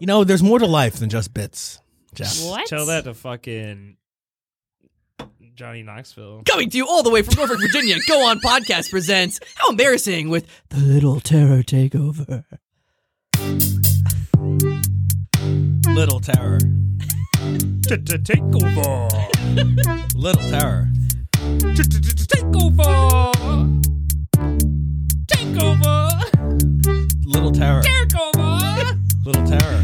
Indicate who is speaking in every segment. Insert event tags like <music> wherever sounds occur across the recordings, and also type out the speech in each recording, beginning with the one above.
Speaker 1: You know, there's more to life than just bits, Jeff.
Speaker 2: What?
Speaker 3: Tell that to fucking Johnny Knoxville.
Speaker 4: Coming to you all the way from Norfolk, Virginia, Go On Podcast presents How Embarrassing with The Little Terror Takeover.
Speaker 1: Little Terror.
Speaker 3: Take over.
Speaker 1: Little Terror.
Speaker 3: Take over. Take over.
Speaker 1: Little Terror.
Speaker 3: Take over.
Speaker 1: Little Terror.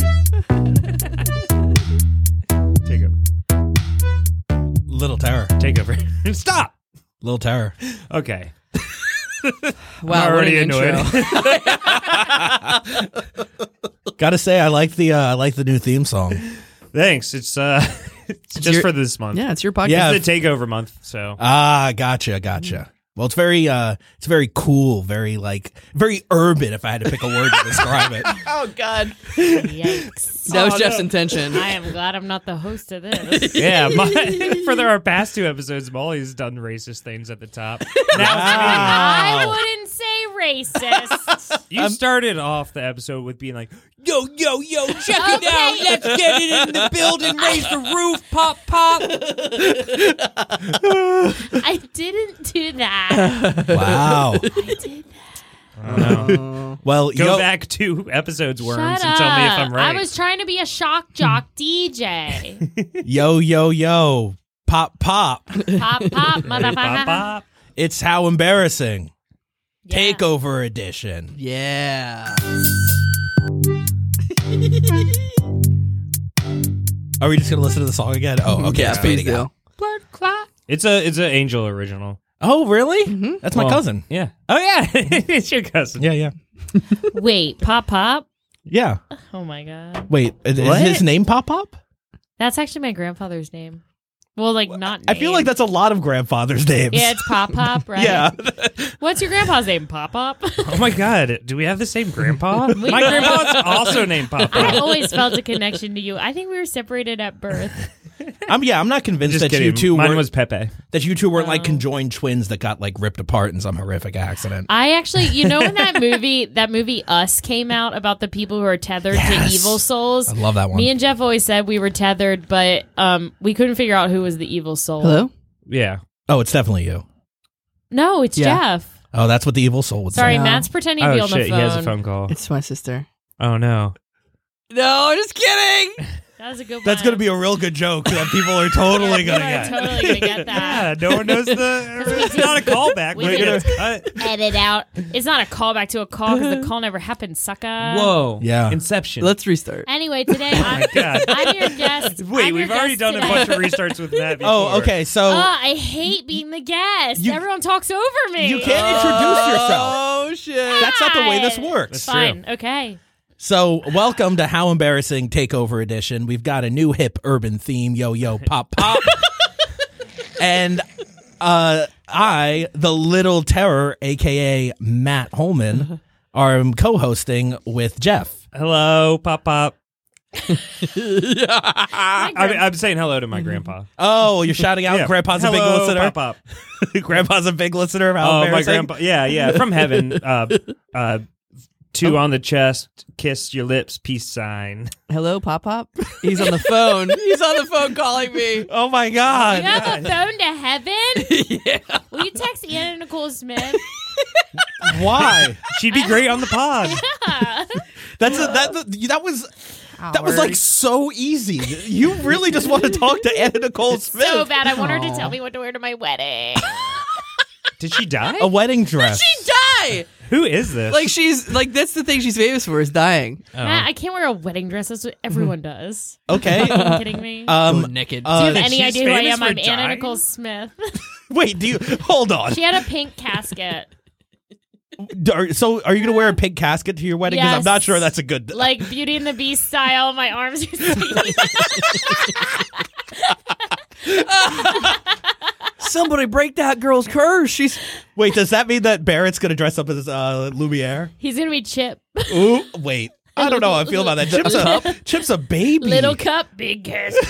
Speaker 3: Take over.
Speaker 1: Little Terror.
Speaker 3: Take over. <laughs> Stop.
Speaker 1: Little Terror.
Speaker 3: Okay.
Speaker 4: Wow,
Speaker 3: I'm
Speaker 4: what
Speaker 3: already
Speaker 4: an
Speaker 3: annoyed.
Speaker 4: intro.
Speaker 1: Gotta say, I like the uh, I like the new theme song.
Speaker 3: Thanks. It's uh, <laughs> it's just
Speaker 4: your-
Speaker 3: for this month.
Speaker 4: <laughs> Yeah, it's your podcast.
Speaker 1: Yeah.
Speaker 3: It's the takeover month.
Speaker 2: <laughs>
Speaker 3: So
Speaker 1: Ah, gotcha, gotcha. Well, it's very uh, it's very cool, very like very urban. If I had to pick a word to describe it,
Speaker 4: Oh, God.
Speaker 2: Yikes.
Speaker 4: That was
Speaker 3: Oh, <laughs>
Speaker 4: Jeff's
Speaker 1: <laughs>
Speaker 3: no.
Speaker 4: intention.
Speaker 2: I am glad I'm not the host of
Speaker 3: <laughs>
Speaker 2: this.
Speaker 3: yeah, my, for our past two episodes, Molly's done racist things at the
Speaker 2: <laughs>
Speaker 3: top. Now
Speaker 2: I wouldn't say racist.
Speaker 3: <laughs> it's me. you started off the episode with being like,
Speaker 1: <laughs> yo, yo, yo, check
Speaker 2: it out. Let's
Speaker 1: get it in the building. Raise the roof, pop, pop.
Speaker 2: I didn't do that.
Speaker 1: Wow.
Speaker 2: I did
Speaker 1: Well,
Speaker 3: "Go
Speaker 1: yo,
Speaker 3: back two episodes worms
Speaker 2: Shut
Speaker 3: and tell me if
Speaker 2: up.
Speaker 3: I'm right."
Speaker 2: I was trying to be a shock jock
Speaker 3: <laughs>
Speaker 2: DJ.
Speaker 1: yo, yo, yo, pop, pop.
Speaker 2: pop, pop,
Speaker 3: <laughs> Bop,
Speaker 2: motherfucker.
Speaker 3: bop.
Speaker 1: It's how embarrassing.
Speaker 2: Yeah.
Speaker 1: Takeover edition.
Speaker 4: Yeah.
Speaker 1: Are we just gonna listen to the song again? Oh, okay. it's
Speaker 4: Yes, please
Speaker 1: fading out.
Speaker 4: do.
Speaker 2: Blood clot.
Speaker 3: It's a it's an Angel original.
Speaker 1: Oh, really?
Speaker 2: Mm-hmm.
Speaker 1: That's my
Speaker 3: Well,
Speaker 1: cousin.
Speaker 3: Yeah. Oh yeah, <laughs> it's your cousin.
Speaker 1: Yeah, yeah,
Speaker 2: Wait, pop, pop.
Speaker 1: yeah.
Speaker 2: Oh my god,
Speaker 1: Wait, is
Speaker 3: What?
Speaker 1: his name Pop Pop?
Speaker 2: that's actually my grandfather's name. Well, like not.
Speaker 1: I feel
Speaker 2: name.
Speaker 1: like that's a lot of grandfathers' names. <laughs>
Speaker 2: Yeah, it's Pop
Speaker 3: <laughs>
Speaker 2: Pop, right?
Speaker 1: Yeah.
Speaker 2: What's your grandpa's name? Pop Pop. <laughs>
Speaker 3: Oh my god, do we have the same grandpa? my
Speaker 2: do.
Speaker 3: grandpa's also named
Speaker 2: I
Speaker 3: Papa.
Speaker 2: always felt a connection to you. I think we were separated at birth.
Speaker 1: I'm yeah, I'm not convinced
Speaker 3: Just
Speaker 1: that
Speaker 3: kidding.
Speaker 1: you two
Speaker 3: Mine
Speaker 1: weren't
Speaker 3: was Pepe.
Speaker 1: that you two weren't like
Speaker 2: Oh.
Speaker 1: conjoined twins that got like ripped apart in some horrific accident.
Speaker 2: I actually, you know, when
Speaker 3: <laughs>
Speaker 2: that movie, that movie Us came out about the people who are tethered
Speaker 1: Yes.
Speaker 2: to evil souls.
Speaker 1: I love that one.
Speaker 2: Me and Jeff always said we were tethered, but um, we couldn't figure out who was the evil soul.
Speaker 4: Hello?
Speaker 3: Yeah.
Speaker 1: oh, it's definitely you.
Speaker 2: No, it's
Speaker 4: Yeah.
Speaker 2: Jeff.
Speaker 1: Oh, that's what the evil soul would
Speaker 2: Sorry,
Speaker 4: No.
Speaker 2: Matt's pretending to be
Speaker 3: Oh
Speaker 2: on
Speaker 3: shit,
Speaker 2: the
Speaker 3: he
Speaker 2: phone.
Speaker 3: has a phone call.
Speaker 4: It's my sister.
Speaker 3: Oh no.
Speaker 4: No, I'm just kidding.
Speaker 2: That was a good.
Speaker 1: say. That's
Speaker 2: one.
Speaker 1: gonna be a real good joke that people are totally
Speaker 2: <laughs> Yeah,
Speaker 1: gonna
Speaker 2: people
Speaker 1: get.
Speaker 2: are Totally gonna get
Speaker 3: <laughs>
Speaker 2: that.
Speaker 3: Yeah, no one
Speaker 2: <laughs>
Speaker 3: knows the. It's not a callback.
Speaker 2: We
Speaker 3: We're gonna
Speaker 2: did-
Speaker 3: cut.
Speaker 2: Edit out. It's not a callback to a call because
Speaker 3: <laughs>
Speaker 2: the call never happened, sucker.
Speaker 3: Whoa.
Speaker 1: Yeah.
Speaker 3: Inception.
Speaker 4: Let's restart.
Speaker 2: Anyway, today I'm,
Speaker 3: God.
Speaker 2: I'm
Speaker 3: <laughs>
Speaker 2: your guest. I'm
Speaker 3: Wait,
Speaker 2: your
Speaker 3: we've already
Speaker 2: guest
Speaker 3: done
Speaker 2: today.
Speaker 3: a bunch of restarts with Matt.
Speaker 1: <laughs>
Speaker 3: Before.
Speaker 1: Oh, okay. So
Speaker 2: Oh,
Speaker 3: <laughs>
Speaker 2: I hate being the guest.
Speaker 1: You-
Speaker 2: Everyone talks over me.
Speaker 1: you can't introduce yourself.
Speaker 4: Oh, shit.
Speaker 1: That's not the way this
Speaker 2: God.
Speaker 1: works.
Speaker 2: Fine. Okay.
Speaker 1: So, welcome to How Embarrassing Takeover Edition. We've got a new hip urban theme, yo yo pop
Speaker 3: <laughs>
Speaker 1: pop. and uh I, the little terror aka Matt
Speaker 3: <laughs>
Speaker 1: Holman, are um, co-hosting with Jeff.
Speaker 3: Hello,
Speaker 2: <laughs>
Speaker 3: pop pop.
Speaker 2: My
Speaker 3: I'm,
Speaker 2: grand- Mm-hmm.
Speaker 3: I'm saying hello to my grandpa.
Speaker 1: Oh, you're shouting out
Speaker 3: Yeah.
Speaker 1: Grandpa's a big
Speaker 3: Hello,
Speaker 1: listener.
Speaker 3: Pop pop.
Speaker 1: <laughs> Grandpa's a big listener of How
Speaker 3: Oh, my
Speaker 1: Embarrassing.
Speaker 3: grandpa. Yeah, yeah. From heaven. Uh, uh, two on the chest. Kiss your lips. Peace sign.
Speaker 4: Hello, Pop Pop. <laughs> He's on the phone. He's on the phone calling me.
Speaker 1: Oh my
Speaker 2: you
Speaker 1: god.
Speaker 2: have a phone to heaven?
Speaker 4: <laughs> yeah.
Speaker 2: Will you text Anna Nicole Smith?
Speaker 1: <laughs>
Speaker 2: <laughs>
Speaker 1: Why?
Speaker 3: She'd be great on the pod.
Speaker 2: Yeah.
Speaker 1: That's a, that that was that was like so easy. You really just want to talk to Anna Nicole Smith.
Speaker 2: so bad. I want her to
Speaker 4: Aw. Uh-huh.
Speaker 2: tell me what to wear to my
Speaker 4: <laughs>
Speaker 2: wedding.
Speaker 3: Did she die?
Speaker 1: a wedding dress.
Speaker 4: She die.
Speaker 3: Who is this?
Speaker 4: <laughs> Like she's like that's the thing she's famous for is dying.
Speaker 2: Matt, I can't wear a wedding dress. That's what everyone
Speaker 4: Mm-hmm.
Speaker 2: does.
Speaker 1: Okay.
Speaker 2: Are you kidding me?
Speaker 4: Go
Speaker 1: Um,
Speaker 4: naked.
Speaker 1: uh,
Speaker 2: Do you have any
Speaker 3: she's
Speaker 2: idea who I
Speaker 3: famous
Speaker 2: am?
Speaker 3: for
Speaker 2: I'm Anna
Speaker 3: dying?
Speaker 2: Nicole Smith. <laughs>
Speaker 1: wait, do you hold on?
Speaker 2: she had a pink casket.
Speaker 1: D- are- so, are you going to wear a pig casket to your wedding? Because I'm
Speaker 2: Yes.
Speaker 1: not sure that's a good.
Speaker 2: Like Beauty and the Beast style, my arms
Speaker 4: <laughs>
Speaker 2: are sticking out.
Speaker 4: Somebody break that girl's curse. <laughs> She's
Speaker 1: wait, does that mean that Barrett's going to dress up as uh, Lumiere?
Speaker 2: He's gonna be Chip.
Speaker 1: Ooh, wait. I don't know how I feel
Speaker 2: <laughs>
Speaker 1: about that. Chip's a, Chip's a baby. <laughs>
Speaker 2: Little cup, big casket.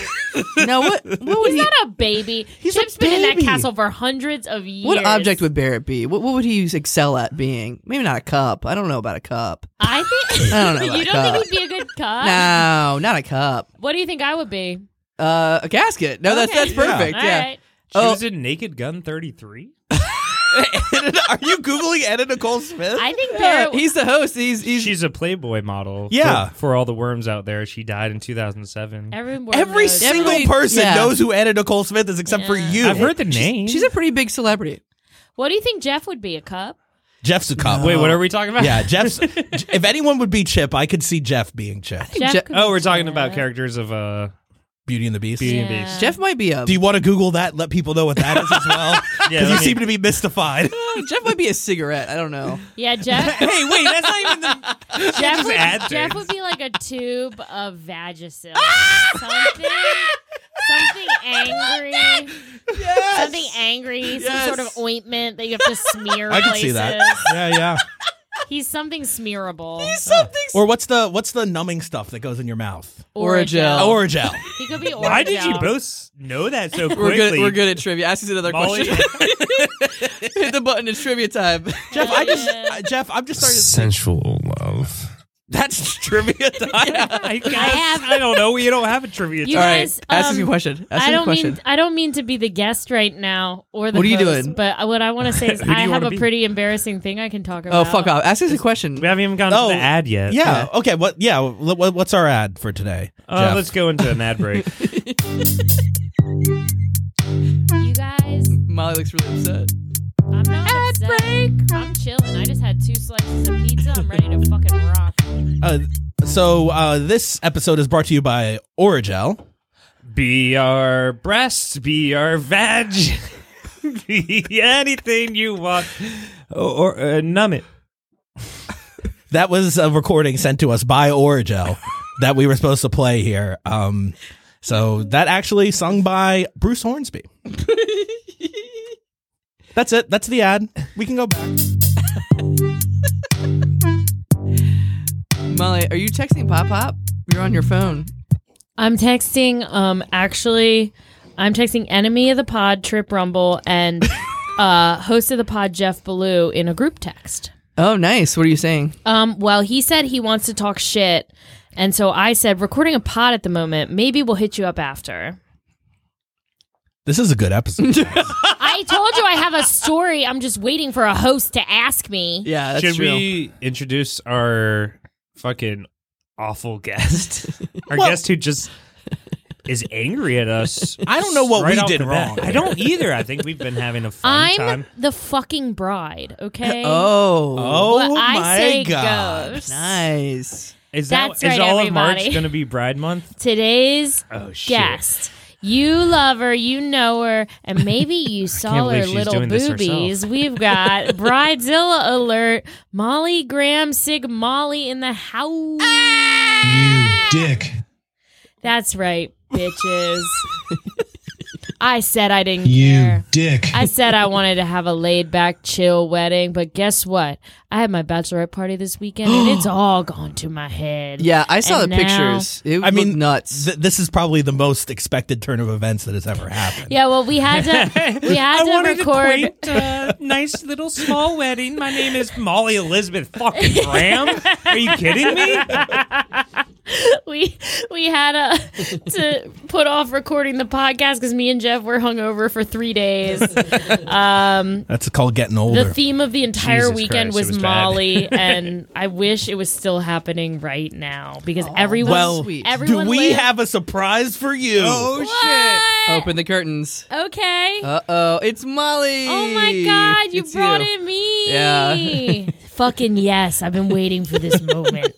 Speaker 4: Now what? <laughs> What would
Speaker 2: He's
Speaker 4: he?
Speaker 2: not a baby.
Speaker 1: a
Speaker 2: Chip's been in that
Speaker 1: baby.
Speaker 2: castle for hundreds of years.
Speaker 4: What object would Barrett be? What, what would he excel at being? Maybe not a cup. I don't know about a cup.
Speaker 2: I think?
Speaker 4: <laughs> I don't know about
Speaker 2: <laughs> you
Speaker 4: a
Speaker 2: don't
Speaker 4: cup.
Speaker 2: think he'd be a good cup?
Speaker 4: No, not a cup.
Speaker 2: What do you think I would be?
Speaker 4: Uh, a casket. No, that's
Speaker 2: Okay.
Speaker 4: that's perfect.
Speaker 2: All
Speaker 4: Yeah.
Speaker 2: right.
Speaker 4: Oh.
Speaker 3: Choose a Naked Gun 33?
Speaker 1: Are you googling Anna Nicole Smith?
Speaker 2: I
Speaker 4: <laughs>
Speaker 2: think
Speaker 4: Yeah,
Speaker 2: Barrett.
Speaker 4: he's the host. He's he's.
Speaker 3: She's a Playboy model. for-
Speaker 1: Yeah.
Speaker 3: For, all the worms out there. She died in 2007.
Speaker 2: everyone
Speaker 1: Every
Speaker 2: knows.
Speaker 1: single
Speaker 4: Everybody-
Speaker 1: person
Speaker 4: yeah.
Speaker 1: knows who Anna Nicole Smith is, except for
Speaker 2: Yeah.
Speaker 1: you.
Speaker 3: I've heard the name.
Speaker 4: She's a pretty big celebrity.
Speaker 2: What do you think Jeff would be? A cup?
Speaker 1: Jeff's a cop.
Speaker 3: Wait, what are we talking
Speaker 1: <laughs>
Speaker 3: about?
Speaker 1: Yeah, Jeff's. if anyone would be Chip, I could see Jeff being Chip.
Speaker 2: Jeff
Speaker 4: Je-
Speaker 2: could
Speaker 3: <laughs> Oh,
Speaker 2: be
Speaker 3: we're talking about
Speaker 2: Jeff.
Speaker 3: characters of uh,
Speaker 1: Beauty and the Beast.
Speaker 3: Beauty
Speaker 2: Yeah.
Speaker 3: and the Beast.
Speaker 4: Jeff might be a
Speaker 1: Do you want to Google that? Let people know what that is as
Speaker 2: <laughs>
Speaker 1: well. <laughs>
Speaker 3: Yeah,
Speaker 1: Because
Speaker 3: let
Speaker 1: you
Speaker 3: me-
Speaker 1: seem to be mystified.
Speaker 4: <laughs> Jeff might be a cigarette. I don't know.
Speaker 2: Yeah, Jeff.
Speaker 3: Hey, wait, that's not even the.
Speaker 2: Jeff
Speaker 3: add
Speaker 2: would, Jeff
Speaker 3: things.
Speaker 2: would be like a tube of Vagisil. something, something angry. Something angry.
Speaker 4: Yes.
Speaker 2: Some sort of ointment that you have to
Speaker 1: <laughs>
Speaker 2: smear
Speaker 1: I can
Speaker 2: places.
Speaker 1: see that. Yeah, yeah.
Speaker 2: He's something smearable.
Speaker 4: Something.
Speaker 1: <laughs> Or what's the what's the numbing stuff that goes in your mouth?
Speaker 4: Or a gel. Oh.
Speaker 1: Or gel.
Speaker 2: He could be orgel. <laughs>
Speaker 3: Why did you both know that so quickly?
Speaker 4: We're good. We're good at trivia. Ask us another
Speaker 3: Molly?
Speaker 4: question. <laughs> Hit the button. It's trivia <laughs> time.
Speaker 1: <laughs> Jeff, I just
Speaker 2: Yeah.
Speaker 1: I- Jeff, I'm just starting. To,
Speaker 5: Sensual love.
Speaker 1: that's trivia time.
Speaker 3: <laughs> I, guess,
Speaker 2: have-
Speaker 3: I don't know. You don't have a trivia.
Speaker 2: You
Speaker 4: All right.
Speaker 2: guys,
Speaker 4: ask us
Speaker 2: um,
Speaker 4: a question. Ask
Speaker 2: I
Speaker 4: us a
Speaker 2: don't
Speaker 4: question.
Speaker 2: mean I don't mean to be the guest right now or the
Speaker 4: What are you
Speaker 2: host,
Speaker 4: doing?
Speaker 2: But what I want to say
Speaker 4: <laughs>
Speaker 2: is
Speaker 3: Who do
Speaker 2: I
Speaker 3: you
Speaker 2: have
Speaker 3: wanna
Speaker 2: a
Speaker 3: be?
Speaker 2: pretty embarrassing thing I can talk
Speaker 4: oh
Speaker 2: about.
Speaker 4: fuck off. Ask us a question.
Speaker 3: we haven't even gone
Speaker 1: Oh,
Speaker 3: to the ad yet.
Speaker 1: Yeah. Okay. What? Yeah. What, what- what's our ad for today?
Speaker 3: Uh,
Speaker 1: Jeff?
Speaker 3: let's go into an
Speaker 1: <laughs>
Speaker 3: ad break.
Speaker 2: You guys,
Speaker 4: Molly looks really upset.
Speaker 2: I'm not Ad break. I'm chilling. I just had two slices of pizza. I'm ready to fucking rock.
Speaker 1: Uh, so uh, this episode is brought to you by Origel.
Speaker 3: Be our breasts, be our vag, <laughs> be anything you want, or, or uh, numb it.
Speaker 1: That was a recording sent to us by <laughs> Origel that we were supposed to play here. Um, so that actually sung by Bruce <laughs> Hornsby. That's it. That's the ad. We can go back.
Speaker 4: Molly, are you texting Pop Pop? You're on your phone.
Speaker 2: I'm texting. Um, actually, I'm texting enemy of the pod, Trip Rumble,
Speaker 4: <laughs>
Speaker 2: and uh, host of the pod, Jeff Ballou, in a group text.
Speaker 4: Oh, nice. What are you saying?
Speaker 2: Um, well, he said he wants to talk shit, and so I said recording a pod at the moment. Maybe we'll hit you up after.
Speaker 1: This is a good episode.
Speaker 2: I told you I have a story. I'm just waiting for a host to ask me.
Speaker 4: Yeah, that's
Speaker 3: Should
Speaker 4: true.
Speaker 3: we introduce our fucking
Speaker 2: <laughs>
Speaker 3: awful guest? our
Speaker 1: Well-
Speaker 3: guest who just is angry at us.
Speaker 1: <laughs> I don't know what
Speaker 3: right
Speaker 1: we
Speaker 3: off
Speaker 1: did
Speaker 3: the bat.
Speaker 1: wrong.
Speaker 3: I don't either. <laughs> I think we've been having a fun
Speaker 2: I'm
Speaker 3: time.
Speaker 2: the fucking bride, okay?
Speaker 3: <laughs>
Speaker 4: Oh,
Speaker 1: Oh
Speaker 2: What I
Speaker 1: my
Speaker 2: say
Speaker 1: god!
Speaker 2: goes.
Speaker 4: nice.
Speaker 3: Is
Speaker 2: That's
Speaker 3: that is
Speaker 2: right,
Speaker 3: all of
Speaker 2: everybody.
Speaker 3: March going to be Bride Month?
Speaker 2: Today's
Speaker 3: Oh shit!
Speaker 2: guest. You love her, you know her, and
Speaker 3: <laughs>
Speaker 2: maybe you saw
Speaker 3: believe
Speaker 2: her
Speaker 3: she's
Speaker 2: little
Speaker 3: doing this herself.
Speaker 2: boobies. We've
Speaker 3: <laughs>
Speaker 2: got Bridezilla alert, Molly Graham, Sig Molly in the house.
Speaker 3: Ah!
Speaker 5: You dick.
Speaker 2: That's right, bitches.
Speaker 3: <laughs>
Speaker 2: I said I didn't
Speaker 5: You
Speaker 2: care.
Speaker 5: dick.
Speaker 2: I said I wanted to have a laid back, chill wedding, but guess what? I had my bachelorette party this weekend and it's all gone to my head.
Speaker 4: Yeah, I saw
Speaker 2: And now-
Speaker 4: the pictures. It
Speaker 1: I mean,
Speaker 4: looked nuts.
Speaker 1: Th- this is probably the most expected turn of events that has ever happened.
Speaker 2: Yeah, well, we had to we had
Speaker 3: I
Speaker 2: to
Speaker 3: wanted
Speaker 2: record.
Speaker 3: a
Speaker 2: <laughs>
Speaker 3: quaint, uh, nice little small wedding. My name is Molly Elizabeth fucking Graham. Are you kidding me?
Speaker 2: we we had a, to put off recording the podcast because me and Jeff were hungover for three days. Um,
Speaker 1: That's called getting older.
Speaker 2: the theme of the entire
Speaker 3: Jesus
Speaker 2: weekend
Speaker 3: Christ, it
Speaker 2: was,
Speaker 3: was bad. <laughs>
Speaker 2: Molly, and I wish it was still happening right now because everyone.
Speaker 1: well, Oh,
Speaker 4: sweet.
Speaker 2: everyone
Speaker 1: Do we
Speaker 2: lived-
Speaker 1: have a surprise for you?
Speaker 5: Oh.
Speaker 4: oh,
Speaker 2: What?
Speaker 4: Open the curtains.
Speaker 2: Okay.
Speaker 4: Uh oh, it's Molly.
Speaker 2: Oh my God! You
Speaker 4: It's
Speaker 2: brought in me.
Speaker 4: Yeah.
Speaker 2: <laughs> Fucking yes! I've been waiting for this moment.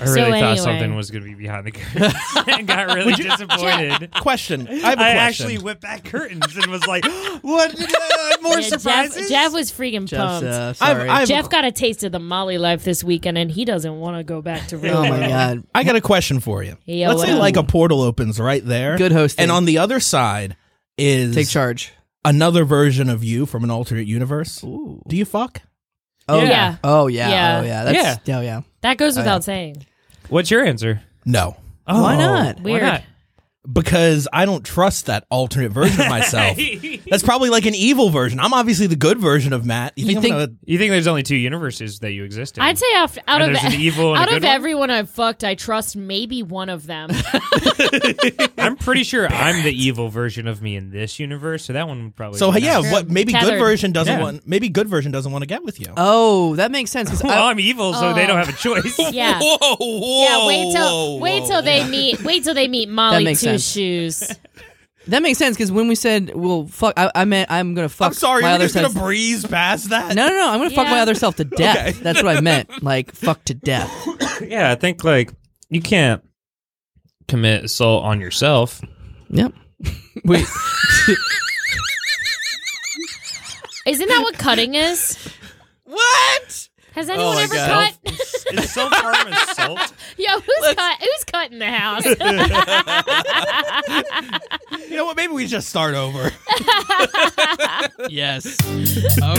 Speaker 3: I really thought
Speaker 2: anyway.
Speaker 3: something was going to be behind the <laughs> curtains. I got really disappointed.
Speaker 1: Question. I have a
Speaker 3: I
Speaker 1: question.
Speaker 3: actually whipped back curtains and was like, <gasps> "What uh, more
Speaker 2: Yeah, Jeff,
Speaker 3: surprises?"
Speaker 2: Jeff was freaking
Speaker 4: Jeff's,
Speaker 2: pumped.
Speaker 4: uh,
Speaker 1: I've-
Speaker 4: sorry.
Speaker 1: I've-
Speaker 2: Jeff got a taste of the Molly life this weekend, and he doesn't want to go back to real.
Speaker 4: oh my
Speaker 1: <laughs>
Speaker 2: life.
Speaker 4: god.
Speaker 1: I got a question for you.
Speaker 2: Yeah,
Speaker 1: Let's say
Speaker 2: well.
Speaker 1: like a portal opens right there.
Speaker 4: Good hosting.
Speaker 1: And on the other side is
Speaker 4: Take charge.
Speaker 1: another version of you from an alternate universe.
Speaker 4: Ooh.
Speaker 1: Do you fuck?
Speaker 4: Oh
Speaker 2: Yeah.
Speaker 4: yeah. Oh yeah.
Speaker 2: Yeah.
Speaker 4: Oh yeah. That's, yeah. Oh yeah.
Speaker 2: That goes without saying.
Speaker 3: What's your <laughs> answer?
Speaker 1: No.
Speaker 3: Oh,
Speaker 4: Why not?
Speaker 2: Weird.
Speaker 3: Why not?
Speaker 1: Because I don't trust that alternate version
Speaker 2: <laughs>
Speaker 1: of myself. That's probably like an evil version. I'm obviously the good version of Matt. You think,
Speaker 4: You
Speaker 1: I'm
Speaker 4: think-
Speaker 1: gonna-
Speaker 3: You think there's only two universes that you exist in?
Speaker 2: I'd say out, out
Speaker 3: And
Speaker 2: of e-
Speaker 3: there's an evil and a
Speaker 2: out
Speaker 3: good
Speaker 2: of
Speaker 3: one?
Speaker 2: everyone I've fucked, I trust maybe one of them.
Speaker 3: I'm pretty sure I'm the evil version of me in this universe, so that one would probably.
Speaker 1: so
Speaker 3: be
Speaker 1: yeah,
Speaker 3: nice.
Speaker 1: what maybe good
Speaker 2: Tethered. Uh,
Speaker 1: version doesn't
Speaker 3: Yeah.
Speaker 1: want maybe good version doesn't want to get with you.
Speaker 4: Oh, that
Speaker 2: <laughs>
Speaker 4: makes sense. 'cause I-
Speaker 3: Well, I'm evil, so they don't have a choice.
Speaker 2: Yeah.
Speaker 1: Whoa, whoa,
Speaker 2: Yeah, wait till
Speaker 1: whoa,
Speaker 2: wait till they meet wait till they meet Molly
Speaker 4: That makes
Speaker 2: Two
Speaker 4: sense.
Speaker 2: Shoes.
Speaker 4: that makes sense because when we said, "Well, fuck," I, I meant I'm gonna fuck.
Speaker 1: I'm sorry,
Speaker 4: my
Speaker 1: we're
Speaker 4: other
Speaker 1: just gonna
Speaker 4: self.
Speaker 1: breeze past that.
Speaker 4: no, no, no. I'm gonna fuck
Speaker 2: Yeah.
Speaker 4: my other
Speaker 2: <laughs>
Speaker 4: self to death.
Speaker 1: Okay.
Speaker 4: That's what
Speaker 1: <laughs>
Speaker 4: I meant. Like fuck to death.
Speaker 3: yeah, I think like you can't commit assault on yourself.
Speaker 4: Yep.
Speaker 1: <laughs>
Speaker 4: Wait.
Speaker 2: Isn't that what cutting is?
Speaker 4: what?
Speaker 2: Has anyone
Speaker 4: my
Speaker 2: ever
Speaker 4: God.
Speaker 2: cut?
Speaker 3: Is self harm assault?
Speaker 2: Yo, who's cut? Who's cut in the <laughs> house?
Speaker 1: You know what? Maybe we just start over.
Speaker 4: Yes.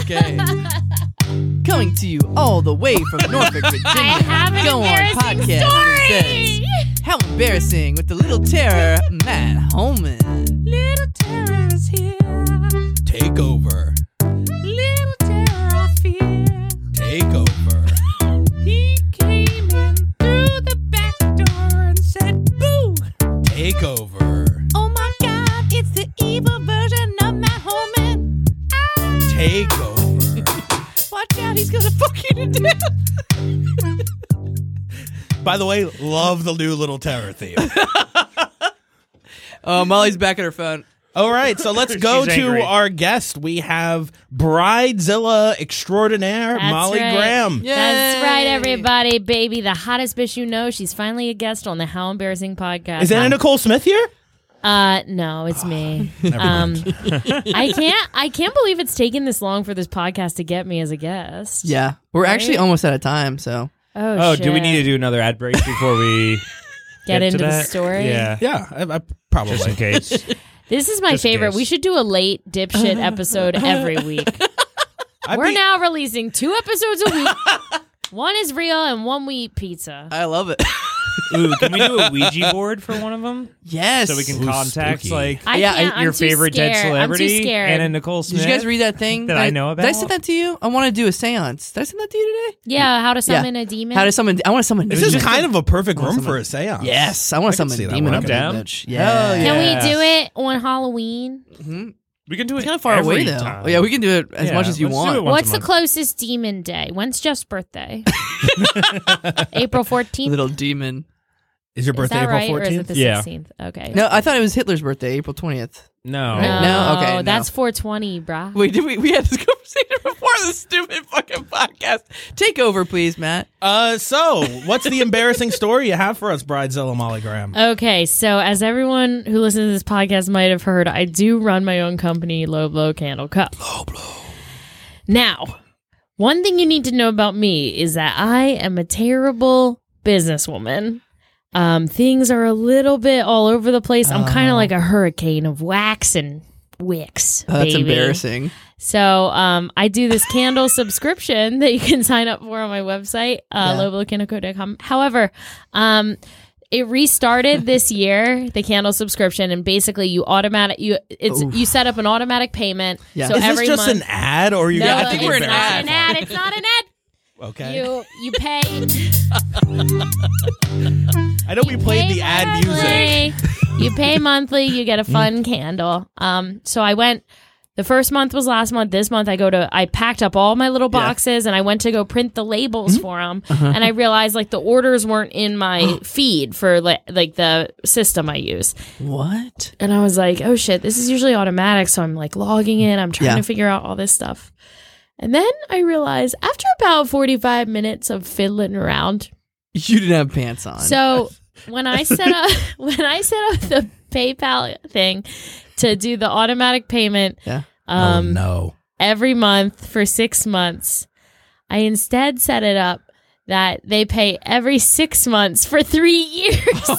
Speaker 4: Okay. <laughs> Coming to you all the way from Norfolk, Virginia.
Speaker 2: <laughs> I have an
Speaker 4: Go on
Speaker 2: embarrassing
Speaker 4: podcast.
Speaker 2: story.
Speaker 4: How embarrassing with the little terror, Matt Holman.
Speaker 2: Little terror is here.
Speaker 1: Take over.
Speaker 2: Little terror I fear.
Speaker 1: Take over.
Speaker 2: He came in through the back door and said, "Boo."
Speaker 1: Take over.
Speaker 2: Oh my God, it's the evil version of Matt Ah, Holman.
Speaker 1: Take over.
Speaker 4: Watch out, he's gonna fuck you to death.
Speaker 1: By the way, love the new little terror theme.
Speaker 4: Oh, Molly's back at her phone.
Speaker 1: All right, so <laughs> let's go
Speaker 3: She's
Speaker 1: to
Speaker 3: angry.
Speaker 1: our guest. We have Bridezilla extraordinaire
Speaker 2: That's
Speaker 1: Molly
Speaker 2: right.
Speaker 1: Graham.
Speaker 4: Yay.
Speaker 2: That's right, everybody. Baby, the hottest bitch you know. She's finally a guest on the How Embarrassing podcast.
Speaker 1: Is Anna Nicole Smith here?
Speaker 2: Uh, no, it's
Speaker 3: <sighs>
Speaker 2: me. um, <laughs> I can't. I can't believe it's taken this long for this podcast to get me as a guest.
Speaker 4: Yeah, we're actually almost out of time. So
Speaker 2: Oh,
Speaker 3: Oh, do we need to do another ad break before we
Speaker 2: get,
Speaker 3: to
Speaker 2: into the
Speaker 3: that?
Speaker 2: story?
Speaker 3: <laughs> Yeah,
Speaker 1: Yeah, I, I probably.
Speaker 3: just in case.
Speaker 2: This is my
Speaker 3: Just in
Speaker 2: favorite.
Speaker 3: case.
Speaker 2: We should do a late
Speaker 3: <laughs>
Speaker 2: dipshit episode every week.
Speaker 1: I'd
Speaker 2: We're
Speaker 1: be-
Speaker 2: now releasing two episodes a week.
Speaker 4: <laughs>
Speaker 2: one is real and one we eat pizza.
Speaker 4: I love it.
Speaker 3: Ooh, can we do a Ouija board for one of them
Speaker 4: yes.
Speaker 3: so we can
Speaker 1: Ooh,
Speaker 3: contact
Speaker 1: spooky.
Speaker 3: like
Speaker 2: I
Speaker 4: Yeah,
Speaker 2: can't, I'm
Speaker 3: your
Speaker 2: too
Speaker 3: favorite
Speaker 2: scared.
Speaker 3: dead
Speaker 2: I'm too
Speaker 3: celebrity,
Speaker 2: scared.
Speaker 3: Anna Nicole Smith?
Speaker 4: Did you guys read that thing
Speaker 3: That I know
Speaker 4: Did I
Speaker 3: about?
Speaker 4: send that to you? I want to do a séance. Did I send that to you today?
Speaker 2: yeah, how to summon
Speaker 4: Yeah.
Speaker 2: a demon.
Speaker 4: How to summon? I want to summon.
Speaker 1: This is kind of a perfect room for a seance.
Speaker 4: Yes, I want
Speaker 1: I
Speaker 4: to
Speaker 1: can
Speaker 4: summon
Speaker 1: see
Speaker 4: a
Speaker 1: that
Speaker 4: demon
Speaker 1: one.
Speaker 4: up in
Speaker 3: I'm
Speaker 4: that
Speaker 3: down.
Speaker 4: bitch. Yeah,
Speaker 3: Hell
Speaker 2: Can
Speaker 3: yeah.
Speaker 2: we do it on Halloween?
Speaker 3: We can do it.
Speaker 4: Kind of far away though. Oh, yeah, we can do it as much as you want.
Speaker 2: What's the closest demon day? When's Jeff's birthday?
Speaker 4: <laughs>
Speaker 2: April 14th?
Speaker 4: Little demon.
Speaker 1: Is your
Speaker 2: is
Speaker 1: birthday
Speaker 2: that right?
Speaker 1: April
Speaker 2: Or is
Speaker 1: 14th?
Speaker 2: it the
Speaker 3: Yeah.
Speaker 2: 16th? Okay.
Speaker 4: No, I thought it was Hitler's birthday, April twentieth.
Speaker 3: No.
Speaker 4: Right? No? Okay, no.
Speaker 2: Oh, That's 420, brah.
Speaker 4: Wait, did we we had this <laughs> conversation before this stupid fucking podcast? Take over, please, Matt.
Speaker 1: Uh, so what's the embarrassing story you have for us, Bridezilla Molly Graham?
Speaker 2: Okay, so as everyone who listens to this podcast might have heard, I do run my own company, Low Blow Candle Cup. Low Blow. Now, one thing you need to know about me is that I am a terrible businesswoman. Um, things are a little bit all over the place. I'm kind of like a hurricane of wax and wicks.
Speaker 4: Oh, that's
Speaker 2: baby.
Speaker 4: embarrassing.
Speaker 2: So um, I do this
Speaker 4: <laughs>
Speaker 2: candle subscription that you can sign up for on my website, uh,
Speaker 4: Yeah.
Speaker 2: lowblowcandleco.com. However, um, it
Speaker 4: <laughs>
Speaker 2: restarted this year the candle subscription, and basically you automatic you it's you set up an automatic payment. <laughs>
Speaker 4: Yeah.
Speaker 2: So
Speaker 4: Is
Speaker 1: is
Speaker 2: every
Speaker 1: this just
Speaker 2: month,
Speaker 1: an ad, or are you?
Speaker 2: No,
Speaker 1: guys- I think
Speaker 2: it's
Speaker 1: we're
Speaker 2: not
Speaker 1: embarrassing.
Speaker 2: an ad. It's not
Speaker 1: <laughs>
Speaker 2: an ad.
Speaker 1: Okay.
Speaker 2: You you pay.
Speaker 1: I know we played the ad music. Mm.
Speaker 2: music. you pay monthly. You get a fun candle. Um, so I went. The first month was last month. This month I go to. I packed up all my little boxes and I went to go print the labels
Speaker 1: Mm.
Speaker 2: for them.
Speaker 1: Uh-huh.
Speaker 2: And I realized like the orders weren't
Speaker 1: <gasps>
Speaker 2: in my feed for like like the system I use.
Speaker 4: What?
Speaker 2: And I was like, oh shit, this is usually automatic. So I'm like logging in. I'm trying
Speaker 4: Yeah.
Speaker 2: to figure out all this stuff. And then I realized after about 45 minutes of fiddling around,
Speaker 4: You didn't have pants on.
Speaker 2: so when I set up <laughs> when I set up the PayPal thing to do the automatic payment
Speaker 4: Yeah.
Speaker 2: um,
Speaker 1: oh no!
Speaker 2: every month for six months, I instead set it up that they pay every six months for three <laughs> years.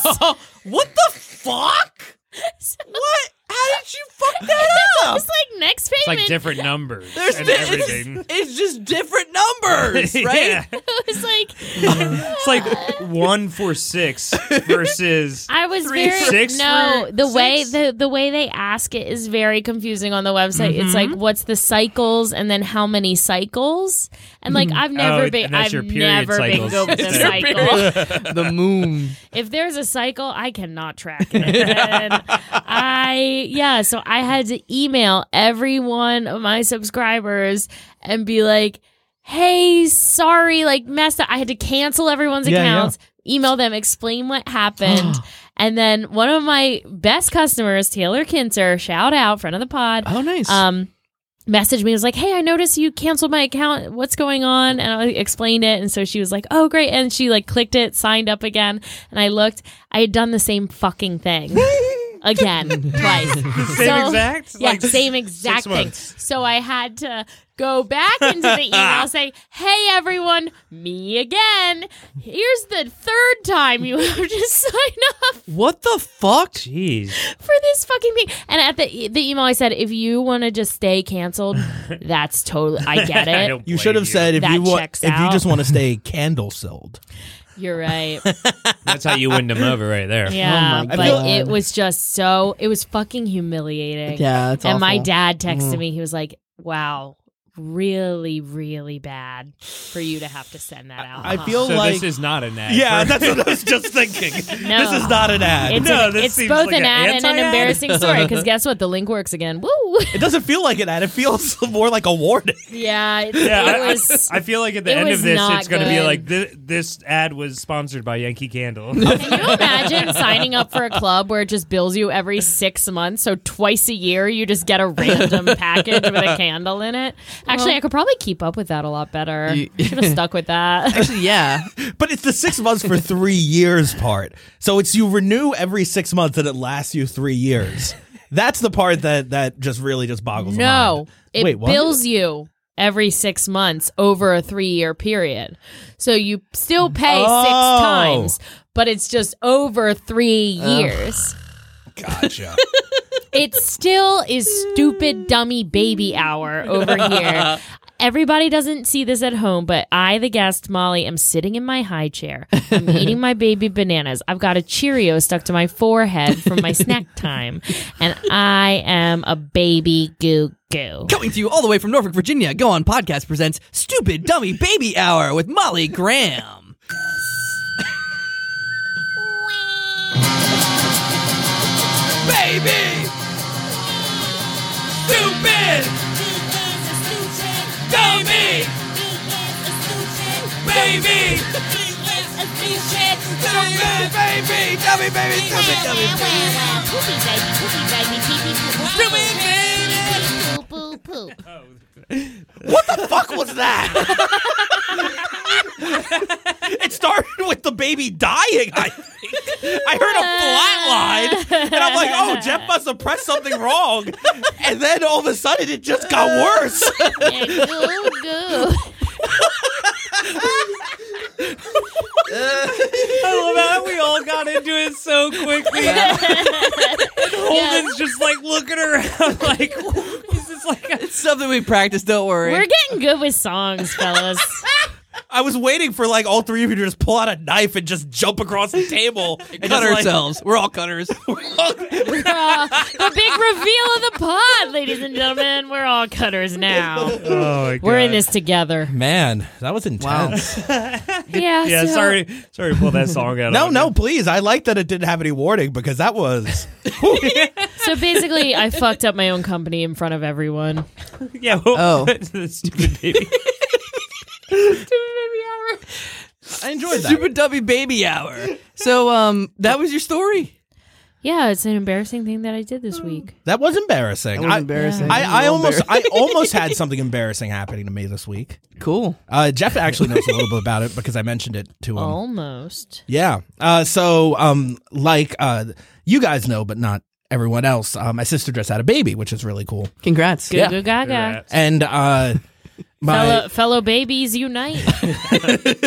Speaker 4: what
Speaker 2: <laughs>
Speaker 4: the fuck? What? How did you fuck that
Speaker 2: it's like next payment <laughs>
Speaker 3: It's like different numbers
Speaker 4: There's
Speaker 3: and
Speaker 4: di-
Speaker 3: everything.
Speaker 4: It's, it's just different <laughs> numbers, right?
Speaker 3: <laughs> Yeah.
Speaker 2: was like,
Speaker 3: It's like one for six
Speaker 2: <laughs>
Speaker 3: versus
Speaker 2: I was
Speaker 4: Three
Speaker 2: very
Speaker 4: for-
Speaker 3: Six
Speaker 2: no.
Speaker 3: for
Speaker 2: The way
Speaker 3: six?
Speaker 2: the the way they ask it is very confusing on the website. It's like
Speaker 3: Mm-hmm.
Speaker 2: what's the cycles and then how many cycles and like I've never
Speaker 3: Oh,
Speaker 2: been
Speaker 3: and that's
Speaker 2: I've
Speaker 3: your period
Speaker 2: never been
Speaker 3: cycles.
Speaker 2: good with a
Speaker 3: It's your
Speaker 2: cycle.
Speaker 4: the moon.
Speaker 2: if there's a cycle, I cannot track it. And I yeah, so I had to email every one of my subscribers and be like, "Hey, sorry, like messed up. I had to cancel everyone's
Speaker 1: Yeah,
Speaker 2: accounts, email them, explain
Speaker 1: <gasps>
Speaker 2: what happened." and then one of my best customers, Taylor Kinter, shout out friend of the pod,
Speaker 4: Oh, nice.
Speaker 2: um messaged me was like hey i noticed you canceled my account what's going on and i explained it and so she was like oh great and she like clicked it signed up again and i looked i had done the same fucking thing
Speaker 3: <laughs>
Speaker 2: again twice
Speaker 3: same exact?
Speaker 2: yeah
Speaker 3: Like
Speaker 2: same exact thing
Speaker 3: months.
Speaker 2: so i had to go back into the email say hey everyone me again here's the third time you <laughs> have to sign up
Speaker 4: what the fuck?
Speaker 3: Jeez.
Speaker 2: for this fucking thing. And at the the email, I said, if you want to just stay canceled, that's totally. I get
Speaker 3: <laughs> I
Speaker 2: it.
Speaker 3: don't
Speaker 1: You
Speaker 3: blame
Speaker 1: should have said if
Speaker 2: That
Speaker 1: you want
Speaker 2: checks
Speaker 1: if you
Speaker 2: out.
Speaker 1: just
Speaker 2: <laughs>
Speaker 1: want to stay candle sold.
Speaker 2: You're right.
Speaker 3: That's how you win them over right there.
Speaker 2: Yeah,
Speaker 4: my
Speaker 2: but
Speaker 4: God.
Speaker 2: it was just so. It was fucking humiliating.
Speaker 4: Yeah, that's
Speaker 2: and my
Speaker 4: awful.
Speaker 2: dad texted me. He was like, "Wow." Really, really bad for you to have to send that out.
Speaker 1: I feel
Speaker 3: So
Speaker 1: like
Speaker 3: this is not an ad.
Speaker 1: yeah,
Speaker 3: for-
Speaker 1: that's what I
Speaker 3: <laughs>
Speaker 1: was just thinking.
Speaker 2: <laughs> No.
Speaker 1: This is not an ad.
Speaker 2: it's,
Speaker 3: No,
Speaker 2: an-
Speaker 3: this
Speaker 2: it's
Speaker 3: seems
Speaker 2: both
Speaker 3: like
Speaker 2: an
Speaker 3: an
Speaker 2: ad and an
Speaker 3: anti-ad.
Speaker 2: embarrassing story. Because guess what? The link works again. Woo! <laughs>
Speaker 1: it doesn't feel like an ad. It feels <laughs> more like a warning.
Speaker 2: yeah, it,
Speaker 3: Yeah,
Speaker 2: it
Speaker 3: I-
Speaker 2: was.
Speaker 3: I feel like at the
Speaker 2: It
Speaker 3: end
Speaker 2: was
Speaker 3: of this,
Speaker 2: not
Speaker 3: it's going to be
Speaker 2: good.
Speaker 3: like this, this ad was sponsored by
Speaker 2: <laughs>
Speaker 3: Yankee Candle.
Speaker 2: Can you imagine signing up for a club where it just bills you every six months? So twice a year, you just get a
Speaker 1: <laughs>
Speaker 2: random package with a candle in it. Actually, I could probably keep up with that a lot better.
Speaker 4: You-
Speaker 2: Should have stuck
Speaker 1: <laughs>
Speaker 2: with that.
Speaker 4: Actually, yeah.
Speaker 1: But it's the six months for three years part. So it's you renew every six months and it lasts you three years. That's the part that that just really just boggles. the
Speaker 2: no,
Speaker 1: mind.
Speaker 2: it
Speaker 1: Wait, what?
Speaker 2: bills you every six months over a three-year period. So you still pay six
Speaker 1: Oh.
Speaker 2: times, but it's just over three years. <laughs>
Speaker 1: Gotcha.
Speaker 2: It still is stupid dummy baby hour over here. Everybody doesn't see this at home, but I, the guest, Molly, am sitting in my high chair. I'm eating my baby bananas. I've got a Cheerio stuck to my forehead from my snack time, and I am a baby goo goo.
Speaker 4: Coming to you all the way from Norfolk, Virginia, Go On Podcast presents Stupid Dummy Baby Hour with Molly Graham. baby! Stupid! Dummy! Baby! Stupid baby! Dummy baby! Stupid dummy baby!
Speaker 6: Poop, poop, poop.
Speaker 1: what the fuck was that? it started with the baby dying. I think. I heard a flat line, and I'm like, oh, Jeff must have pressed something wrong. And then all of a sudden, it just got worse.
Speaker 2: And goo goo.
Speaker 3: <laughs> I love how we all got into it so quickly. and Holden's just like looking around, <laughs> like, is this like a-
Speaker 4: It's something we practice, don't worry.
Speaker 2: We're getting good with songs, fellas.
Speaker 1: I was waiting for like all three of you to just pull out a knife and just jump across the table and
Speaker 4: Cut
Speaker 1: just, like,
Speaker 4: ourselves. We're all cutters.
Speaker 2: Uh, the big reveal of the pod, ladies and gentlemen. We're all
Speaker 1: <laughs>
Speaker 2: cutters now.
Speaker 3: oh my god.
Speaker 2: We're in this together.
Speaker 1: Man, that was intense.
Speaker 4: intense.
Speaker 2: Yeah.
Speaker 3: Yeah,
Speaker 2: so-
Speaker 3: sorry, sorry to pull that song out.
Speaker 1: <laughs> No,
Speaker 3: on
Speaker 1: no,
Speaker 3: you.
Speaker 1: please. I like that it didn't have any warning because that was
Speaker 2: So basically, <laughs> I fucked up my own company in front of everyone.
Speaker 3: <laughs> Yeah,
Speaker 4: Oh.
Speaker 3: oh,
Speaker 2: <laughs>
Speaker 3: stupid baby.
Speaker 1: <laughs> I enjoyed that.
Speaker 4: Stupid dummy baby hour. So, um, that was your story.
Speaker 2: Yeah, it's an embarrassing thing that I did this week.
Speaker 1: That was embarrassing. I-
Speaker 4: embarrassing.
Speaker 1: I, I almost I almost had something embarrassing happening to me this week.
Speaker 4: cool.
Speaker 1: Uh, Jeff actually knows a little bit about it because I mentioned it to him.
Speaker 2: Mm. Oh. Almost.
Speaker 1: Yeah. Uh, so, um, like uh, you guys know, but not everyone else. Uh, my sister just had a baby, which is really cool.
Speaker 4: Congrats.
Speaker 2: Goo
Speaker 1: Yeah.
Speaker 2: goo gaga.
Speaker 1: And uh, My,
Speaker 2: fellow, fellow babies
Speaker 1: <laughs>
Speaker 2: unite.
Speaker 3: <laughs>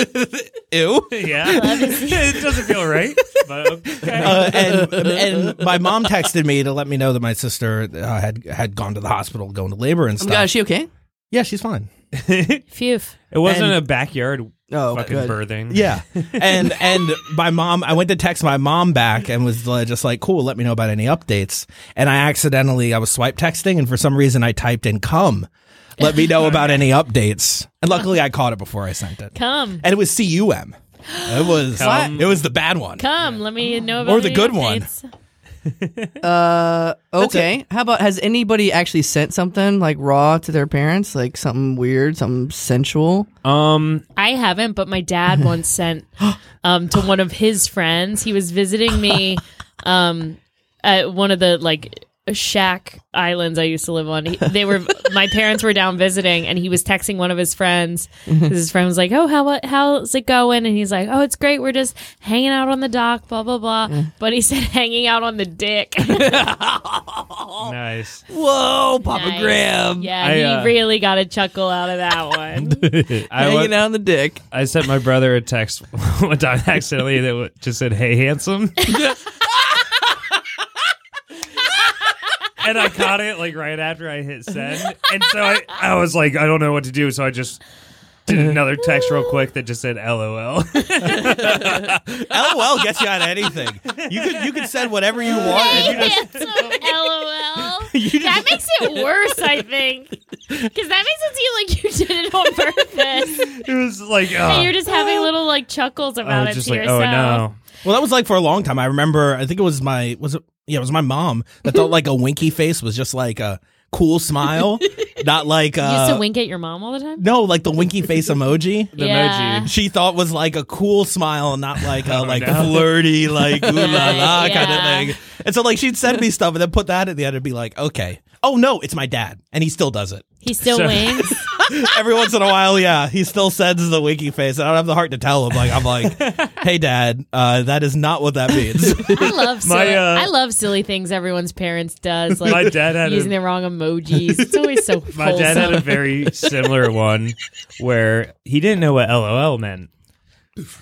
Speaker 1: ew.
Speaker 3: <laughs> Yeah. <laughs> it doesn't feel right.
Speaker 1: <laughs>
Speaker 3: But okay.
Speaker 1: Uh, and and my mom texted me to let me know that my sister uh, had had gone to the hospital, going to labor and
Speaker 4: Oh
Speaker 1: stuff.
Speaker 4: my god, is she okay?
Speaker 1: yeah, she's fine.
Speaker 2: Phew.
Speaker 3: it wasn't
Speaker 1: and-
Speaker 3: a backyard
Speaker 4: Oh,
Speaker 3: fucking
Speaker 4: good.
Speaker 3: birthing.
Speaker 1: Yeah, and and my mom, I went to text my mom back and was uh, just like, "Cool, let me know about any updates." And I accidentally, I was swipe texting, and for some reason, I typed in "come." Let me know about any updates. And luckily, I caught it before I sent it. <laughs>
Speaker 2: Come.
Speaker 1: And it was cum. It was
Speaker 3: Come.
Speaker 1: it was the bad one.
Speaker 2: Come. Let me know about
Speaker 1: Or the
Speaker 2: any
Speaker 1: good one.
Speaker 2: updates.
Speaker 4: Uh, okay. How about has anybody actually sent something like raw to their parents, like something weird, something sensual?
Speaker 3: Um.
Speaker 2: I haven't, but my
Speaker 3: <laughs>
Speaker 2: dad once sent um, to one of his friends. He was visiting me
Speaker 3: <laughs>
Speaker 2: um, at one of the like shack islands I used to live on. He, they
Speaker 3: <laughs>
Speaker 2: were my parents were down visiting, and he was texting one of his friends.
Speaker 3: Mm-hmm.
Speaker 2: his friend was like, "Oh, how how's it going?" And he's like, "Oh, it's great. We're just hanging out on the dock, blah blah blah."
Speaker 3: Mm.
Speaker 2: But he said, <laughs> "Hanging out on the
Speaker 3: <laughs>
Speaker 2: dick."
Speaker 3: Nice.
Speaker 4: Whoa, Papa
Speaker 2: Nice.
Speaker 4: Graham.
Speaker 2: yeah,
Speaker 3: I,
Speaker 2: he
Speaker 3: uh,
Speaker 2: really got a chuckle out of that one.
Speaker 3: I,
Speaker 4: Hanging
Speaker 3: wa-
Speaker 4: out on the dick.
Speaker 3: I sent my brother a text <laughs> one time accidentally that wa- just said, "Hey, handsome." and I caught it like right after I hit send, and so I, I was like, I don't know what to do, so I just did another text real quick that just said,
Speaker 1: LOL
Speaker 3: "LOL."
Speaker 1: gets you out of anything. You could you could send whatever you want.
Speaker 2: Hey, handsome, <laughs> LOL.
Speaker 3: <laughs>
Speaker 2: That makes it worse, I think. Because that makes it seem like you did it on
Speaker 3: <laughs>
Speaker 2: purpose.
Speaker 3: <laughs> it was like,
Speaker 2: and you're
Speaker 3: oh,
Speaker 2: just having little like chuckles
Speaker 3: I
Speaker 2: about
Speaker 3: was
Speaker 2: it
Speaker 3: just
Speaker 2: to
Speaker 3: like,
Speaker 2: yourself.
Speaker 3: oh no.
Speaker 1: Well, that was like for a long time. I remember. I think it was my was it yeah it was my mom that thought like a winky face was just like a cool smile, not like
Speaker 2: <laughs> You used
Speaker 1: uh
Speaker 2: to wink at your mom all the time?
Speaker 1: no like the winky face emoji.
Speaker 3: The
Speaker 2: Yeah.
Speaker 3: emoji.
Speaker 1: She thought was like a cool smile, and not <laughs> like a like
Speaker 3: no.
Speaker 1: flirty like ooh la la
Speaker 2: Yeah.
Speaker 1: kind of thing. And so like she'd send me stuff and then put that at the end and be like, okay, oh no, it's my dad, and he still does it
Speaker 2: He still
Speaker 3: So-
Speaker 2: winks.
Speaker 1: every once in a while, yeah, he still sends the winky face. and I don't have the heart to tell him. Like I'm like, hey, dad, uh, that is not what that means.
Speaker 3: <laughs>
Speaker 2: I love silly,
Speaker 3: My, uh,
Speaker 2: I love silly things everyone's parents does, like
Speaker 3: <laughs> My
Speaker 2: <laughs>
Speaker 3: dad had
Speaker 2: using
Speaker 3: a,
Speaker 2: the wrong emojis. It's always so
Speaker 3: <laughs> my dad had a
Speaker 2: wholesome.
Speaker 3: very similar one where he didn't know what LOL meant.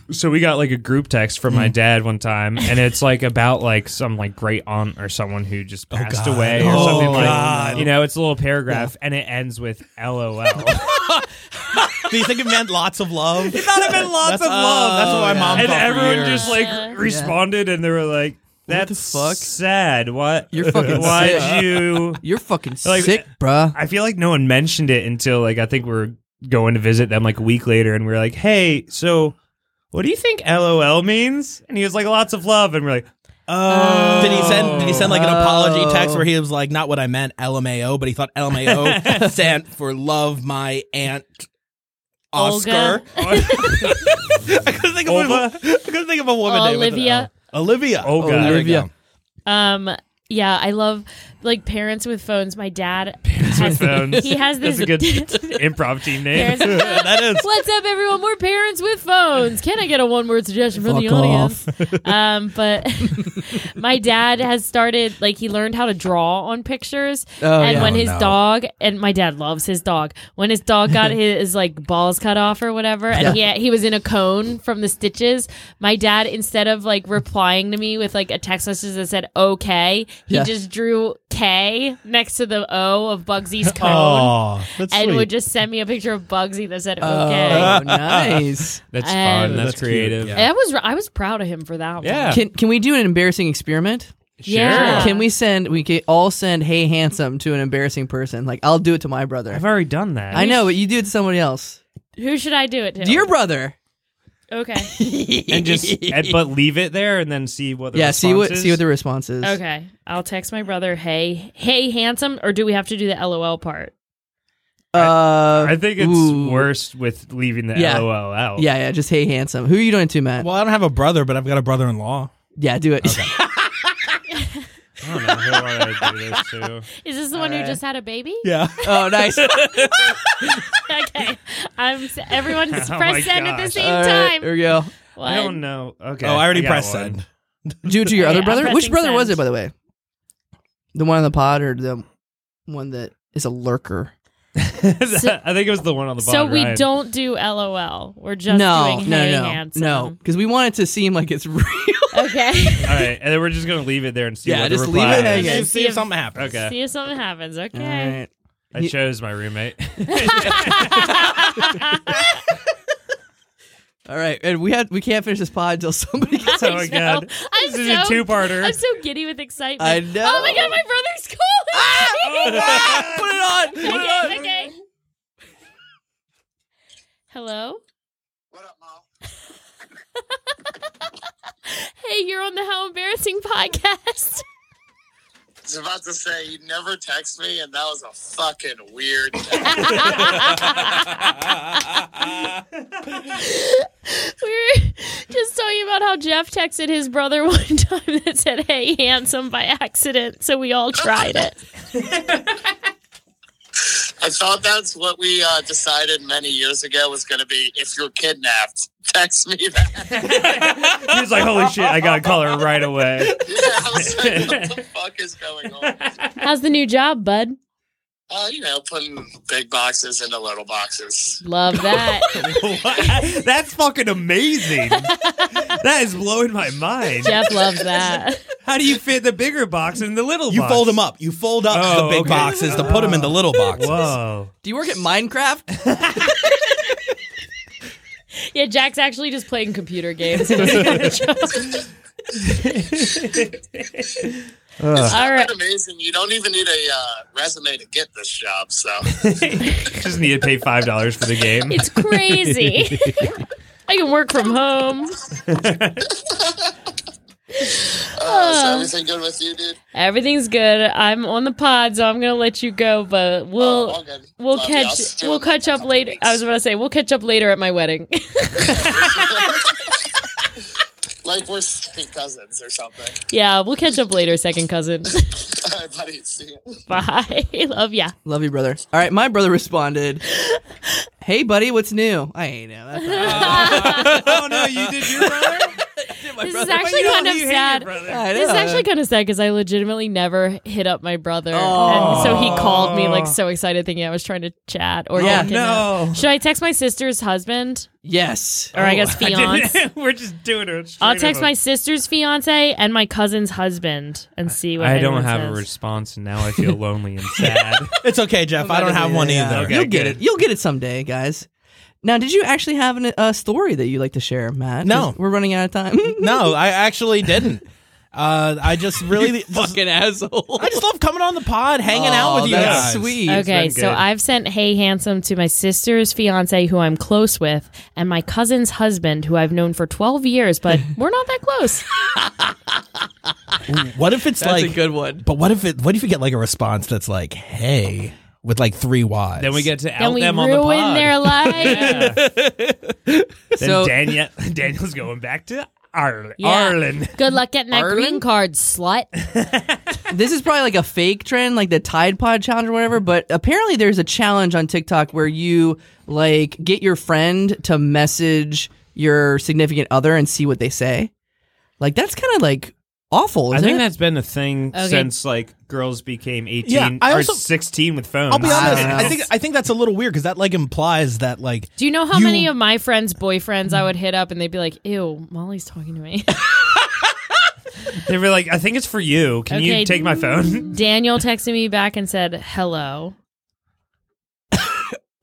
Speaker 3: So we got like a group text from my dad one time, and it's like about like some like great aunt or someone who just passed
Speaker 1: God.
Speaker 3: away or
Speaker 1: Oh,
Speaker 3: something
Speaker 1: God.
Speaker 3: like you know. It's a little paragraph, and it ends with LOL.
Speaker 1: Do you think it meant lots of love? It
Speaker 3: not even lots
Speaker 1: That's- of love. oh, that's what my yeah. mom
Speaker 3: and
Speaker 1: thought for
Speaker 3: everyone
Speaker 1: years.
Speaker 3: just like
Speaker 2: Yeah.
Speaker 3: responded, and they were like,
Speaker 4: What
Speaker 3: "That's
Speaker 4: the fuck?
Speaker 3: sad. What
Speaker 4: You're
Speaker 3: <laughs>
Speaker 4: fucking
Speaker 3: Why'd
Speaker 4: sick.
Speaker 3: you?"
Speaker 4: You're fucking
Speaker 3: Like-
Speaker 4: sick, bruh.
Speaker 3: I feel like no one mentioned it until like I think we are going to visit them like a week later, and we are like, "Hey, so what do you think LOL means?" And he was like, "Lots of love," and we're like, "Oh."
Speaker 1: Did he send? Did he
Speaker 3: <laughs>
Speaker 1: send like an apology
Speaker 4: Oh.
Speaker 1: text where he was like, "Not what I meant, LMAO," but he thought
Speaker 3: <laughs>
Speaker 1: LMAO sent for love my aunt Oscar. <laughs>
Speaker 2: Olga.
Speaker 1: I couldn't think of a, I
Speaker 3: Olga?
Speaker 1: <laughs> couldn't think of a woman name with an
Speaker 2: Olivia.
Speaker 1: L. Olivia. Oh,
Speaker 3: Olga.
Speaker 1: There we
Speaker 4: Olivia.
Speaker 1: go.
Speaker 2: Um, yeah, I love like parents with phones. My dad has,
Speaker 3: phones.
Speaker 2: <laughs> he has this
Speaker 3: That's a good
Speaker 2: <laughs>
Speaker 3: <laughs> improv team name.
Speaker 2: parents
Speaker 3: <laughs>
Speaker 2: with phones.
Speaker 1: That is.
Speaker 2: What's up, everyone? We're parents with phones. Can I get a one word suggestion from the
Speaker 4: Fuck
Speaker 2: audience? Um, but <laughs> my dad has started, like, he learned how to draw on pictures.
Speaker 4: Oh,
Speaker 2: and
Speaker 4: yeah.
Speaker 2: when
Speaker 1: Oh,
Speaker 2: his
Speaker 1: no.
Speaker 2: dog, and my dad loves his dog, when his dog
Speaker 4: <laughs>
Speaker 2: got his, like, balls cut off or whatever, and he, he was in a cone from the stitches, my dad, instead of, like, replying to me with, like, a text message that said, okay, he
Speaker 4: Yeah.
Speaker 2: just drew K next to the O of
Speaker 4: <laughs>
Speaker 2: Bugsy's
Speaker 3: <laughs>
Speaker 2: cone.
Speaker 1: Aw, that's
Speaker 2: And
Speaker 1: sweet.
Speaker 2: would just send me a picture of Bugsy that said, "Okay."
Speaker 4: Oh, nice.
Speaker 3: That's
Speaker 2: Um,
Speaker 3: fun. Ah, That's,
Speaker 1: That's cute,
Speaker 3: creative.
Speaker 1: yeah.
Speaker 2: That was I was proud of him for that one.
Speaker 3: Yeah.
Speaker 4: Can can we do an embarrassing experiment?
Speaker 2: Yeah.
Speaker 4: Can we send? We can all send "Hey, handsome" to an embarrassing person. Like I'll do it to my brother.
Speaker 3: I've already done that.
Speaker 4: I know, but you do it to somebody else.
Speaker 2: Who should I do it to?
Speaker 4: To your brother.
Speaker 2: okay.
Speaker 3: and just and, but leave it there and then see what the
Speaker 4: yeah. See what
Speaker 3: response
Speaker 4: see what
Speaker 3: is.
Speaker 4: the response is.
Speaker 2: Okay. I'll text my brother, "Hey, hey handsome," or do we have to do the LOL part?
Speaker 4: Uh,
Speaker 3: I think it's
Speaker 4: ooh.
Speaker 3: worse with leaving the
Speaker 4: Yeah.
Speaker 3: LOL out.
Speaker 4: Yeah, yeah. Just "Hey, handsome." Who are you doing it to, Matt?
Speaker 1: well, I don't have a brother, but I've got a brother-in-law.
Speaker 4: Yeah, do it.
Speaker 3: I don't know who I do this
Speaker 4: <laughs>
Speaker 3: to.
Speaker 2: Is this the one
Speaker 4: Uh,
Speaker 2: who just had a baby? <laughs>
Speaker 1: Yeah.
Speaker 4: <laughs> oh, nice. All
Speaker 2: okay. I'm s- everyone s-
Speaker 3: <laughs> Oh my
Speaker 2: press send at the
Speaker 3: gosh.
Speaker 2: same
Speaker 4: right,
Speaker 2: time.
Speaker 4: here we go.
Speaker 2: One.
Speaker 3: I don't know. Okay.
Speaker 1: Oh, I already
Speaker 3: got
Speaker 1: pressed
Speaker 3: one.
Speaker 1: send.
Speaker 4: Do it to your
Speaker 2: Okay,
Speaker 4: other
Speaker 2: I'm
Speaker 4: brother. Which
Speaker 2: pressing
Speaker 4: brother was
Speaker 2: send.
Speaker 4: it, by the way? The one on the pod or the one that is a lurker?
Speaker 3: <laughs> I think it was the one on the
Speaker 2: So
Speaker 3: bottom.
Speaker 2: we
Speaker 3: right.
Speaker 2: don't do LOL. We're just
Speaker 4: No,
Speaker 2: doing hey
Speaker 4: no, no,
Speaker 2: handsome.
Speaker 4: no, because we want it to seem like it's <laughs> real.
Speaker 3: <laughs>
Speaker 2: Okay.
Speaker 3: All right, and then we're just gonna leave it there and see.
Speaker 4: Yeah,
Speaker 3: what
Speaker 4: just
Speaker 3: the
Speaker 4: leave
Speaker 3: reply
Speaker 4: it
Speaker 3: is.
Speaker 4: hanging.
Speaker 1: see if something happens.
Speaker 3: Okay.
Speaker 2: See if something happens. Okay.
Speaker 4: Alright.
Speaker 3: I chose my roommate. <laughs>
Speaker 2: <laughs>
Speaker 4: All right, and we had we can't finish this pod
Speaker 2: <laughs>
Speaker 4: until somebody gets.
Speaker 3: oh my god,
Speaker 2: I'm
Speaker 3: this is a
Speaker 2: so- I'm
Speaker 3: two-parter.
Speaker 2: so giddy with excitement.
Speaker 4: I know.
Speaker 2: Oh my god, my brother's calling.
Speaker 3: Oh,
Speaker 4: Ah, put it on. Put it on.
Speaker 2: okay, okay. Hello?
Speaker 6: What up, Mo?
Speaker 2: <laughs> Hey, you're on the How Embarrassing
Speaker 3: <laughs>
Speaker 2: podcast. <laughs>
Speaker 6: I was about to say you never text me, and that was a fucking weird. text.
Speaker 2: we were just talking about how Jeff texted his brother <laughs> one time that said, Hey, handsome by accident. So we all tried it.
Speaker 6: I thought that's what we uh, decided many years ago was going to be. If you're kidnapped, <laughs> text me that.
Speaker 3: He was like, "Holy shit, I gotta call her right away."
Speaker 6: yeah, I was like,
Speaker 2: <laughs>
Speaker 6: what the fuck is going on?
Speaker 2: How's the new job, bud?
Speaker 6: Uh, you know, putting big boxes into little boxes.
Speaker 2: Love <laughs> that.
Speaker 3: What? That's fucking amazing. that is blowing my mind.
Speaker 2: Jeff loves that.
Speaker 3: How do you fit the bigger box in the little
Speaker 1: You
Speaker 3: box?
Speaker 1: fold them up. You fold up
Speaker 3: Oh,
Speaker 1: the big
Speaker 3: okay. Oh.
Speaker 1: boxes to put them in the little boxes.
Speaker 3: Whoa.
Speaker 4: Do you work at Minecraft?
Speaker 2: <laughs>
Speaker 4: <laughs>
Speaker 2: Yeah, Jack's actually just playing computer <laughs> games. All right.
Speaker 6: That's amazing. You don't even need a uh, resume to get this job. So Uh,
Speaker 3: Just need to pay five dollars for the game.
Speaker 2: It's crazy. I can work from home.
Speaker 6: uh, is everything good with you, dude? Uh,
Speaker 2: Everything's good. I'm on the pod, so I'm gonna let you go. But we'll
Speaker 6: Oh, all good.
Speaker 2: we'll
Speaker 6: Love you. I'll
Speaker 2: catch
Speaker 6: see you
Speaker 2: we'll
Speaker 6: in a
Speaker 2: catch up
Speaker 6: couple
Speaker 2: later.
Speaker 6: weeks. <laughs>
Speaker 2: I was <laughs> about to say we'll catch up later at my wedding. <laughs>
Speaker 6: Like we're second cousins or something.
Speaker 2: yeah, we'll catch up later, second cousin. <laughs>
Speaker 6: <laughs> All right, buddy. See you.
Speaker 2: Bye. <laughs> Love ya.
Speaker 4: Love you, brother. All right, my brother responded. Hey, buddy, what's new? I ain't know. That's not-
Speaker 3: oh no, you did your brother.
Speaker 2: This is
Speaker 4: brother-
Speaker 2: actually
Speaker 3: You
Speaker 2: kind of
Speaker 3: hate your
Speaker 2: sad.
Speaker 3: brother.
Speaker 4: I
Speaker 2: This is
Speaker 4: know.
Speaker 2: actually kind of sad because I legitimately never hit up my brother,
Speaker 4: Oh.
Speaker 2: and so he called me like so excited, thinking I was trying to chat or
Speaker 4: Yeah.
Speaker 2: get
Speaker 3: No.
Speaker 2: him. Should I text my sister's husband
Speaker 4: yes.
Speaker 2: or I guess
Speaker 3: <laughs> I didn't-
Speaker 2: fiance?
Speaker 3: We're just doing it.
Speaker 2: I'll text my sister's fiance and my cousin's husband and see what
Speaker 3: I
Speaker 2: anyone
Speaker 3: don't have a
Speaker 2: says.
Speaker 3: response, and now I feel lonely and sad.
Speaker 1: <laughs>
Speaker 3: <laughs>
Speaker 1: It's okay, Jeff. I don't have one
Speaker 4: Yeah,
Speaker 1: either.
Speaker 3: Okay,
Speaker 4: You'll get
Speaker 3: good.
Speaker 4: it. You'll get it someday, guys. Now, did you actually have an, a story that you like to share, Matt?
Speaker 1: No.
Speaker 4: 'Cause we're running out
Speaker 1: <laughs>
Speaker 4: of time.
Speaker 1: No, I actually didn't. Uh, I
Speaker 3: <laughs>
Speaker 1: just really just-
Speaker 4: fucking asshole.
Speaker 1: I just love coming on the pod, hanging out with you guys.
Speaker 4: that's Sweet.
Speaker 2: Okay,
Speaker 3: been
Speaker 2: so
Speaker 3: good.
Speaker 2: I've sent Hey Handsome to my sister's fiance, who I'm close with, and my cousin's husband, who I've known for 12 years,
Speaker 3: <laughs>
Speaker 2: but we're not that close.
Speaker 1: What if it's
Speaker 4: That's
Speaker 1: like
Speaker 4: a good one.
Speaker 1: But what if it? What if you get like a response that's like, "Hey," with like three Y's?
Speaker 3: Then we get to
Speaker 2: and
Speaker 3: out
Speaker 2: we
Speaker 3: them on
Speaker 2: ruin
Speaker 3: the pod.
Speaker 2: their life.
Speaker 3: <laughs> Then
Speaker 4: So-
Speaker 3: Daniel, <laughs> Daniel's going back to Ireland.
Speaker 2: Yeah.
Speaker 3: Ireland.
Speaker 2: Good luck getting that green card, slut.
Speaker 4: This is probably like a fake trend, like the Tide Pod challenge or whatever. But apparently, there's a challenge on TikTok where you like get your friend to message your significant other and see what they say. Like that's kind of like awful.
Speaker 3: I
Speaker 4: Isn't
Speaker 3: think
Speaker 4: it?
Speaker 3: that's been a thing
Speaker 2: Okay.
Speaker 3: since like girls became eighteen
Speaker 1: Yeah, I
Speaker 3: or
Speaker 1: also-
Speaker 3: sixteen with phones. Ah.
Speaker 1: I'll be honest.
Speaker 4: I don't
Speaker 1: I,
Speaker 4: know.
Speaker 1: think I think that's a little weird because that like implies that like
Speaker 2: Do you know how
Speaker 1: You-
Speaker 2: many of my friends' boyfriends I would hit up and they'd be like, ew, Molly's talking to me?
Speaker 3: They were like, I think it's for you. <laughs> Can
Speaker 2: Okay.
Speaker 3: you take my <laughs>
Speaker 2: <laughs>
Speaker 3: phone?
Speaker 2: Daniel texted me back and said, hello.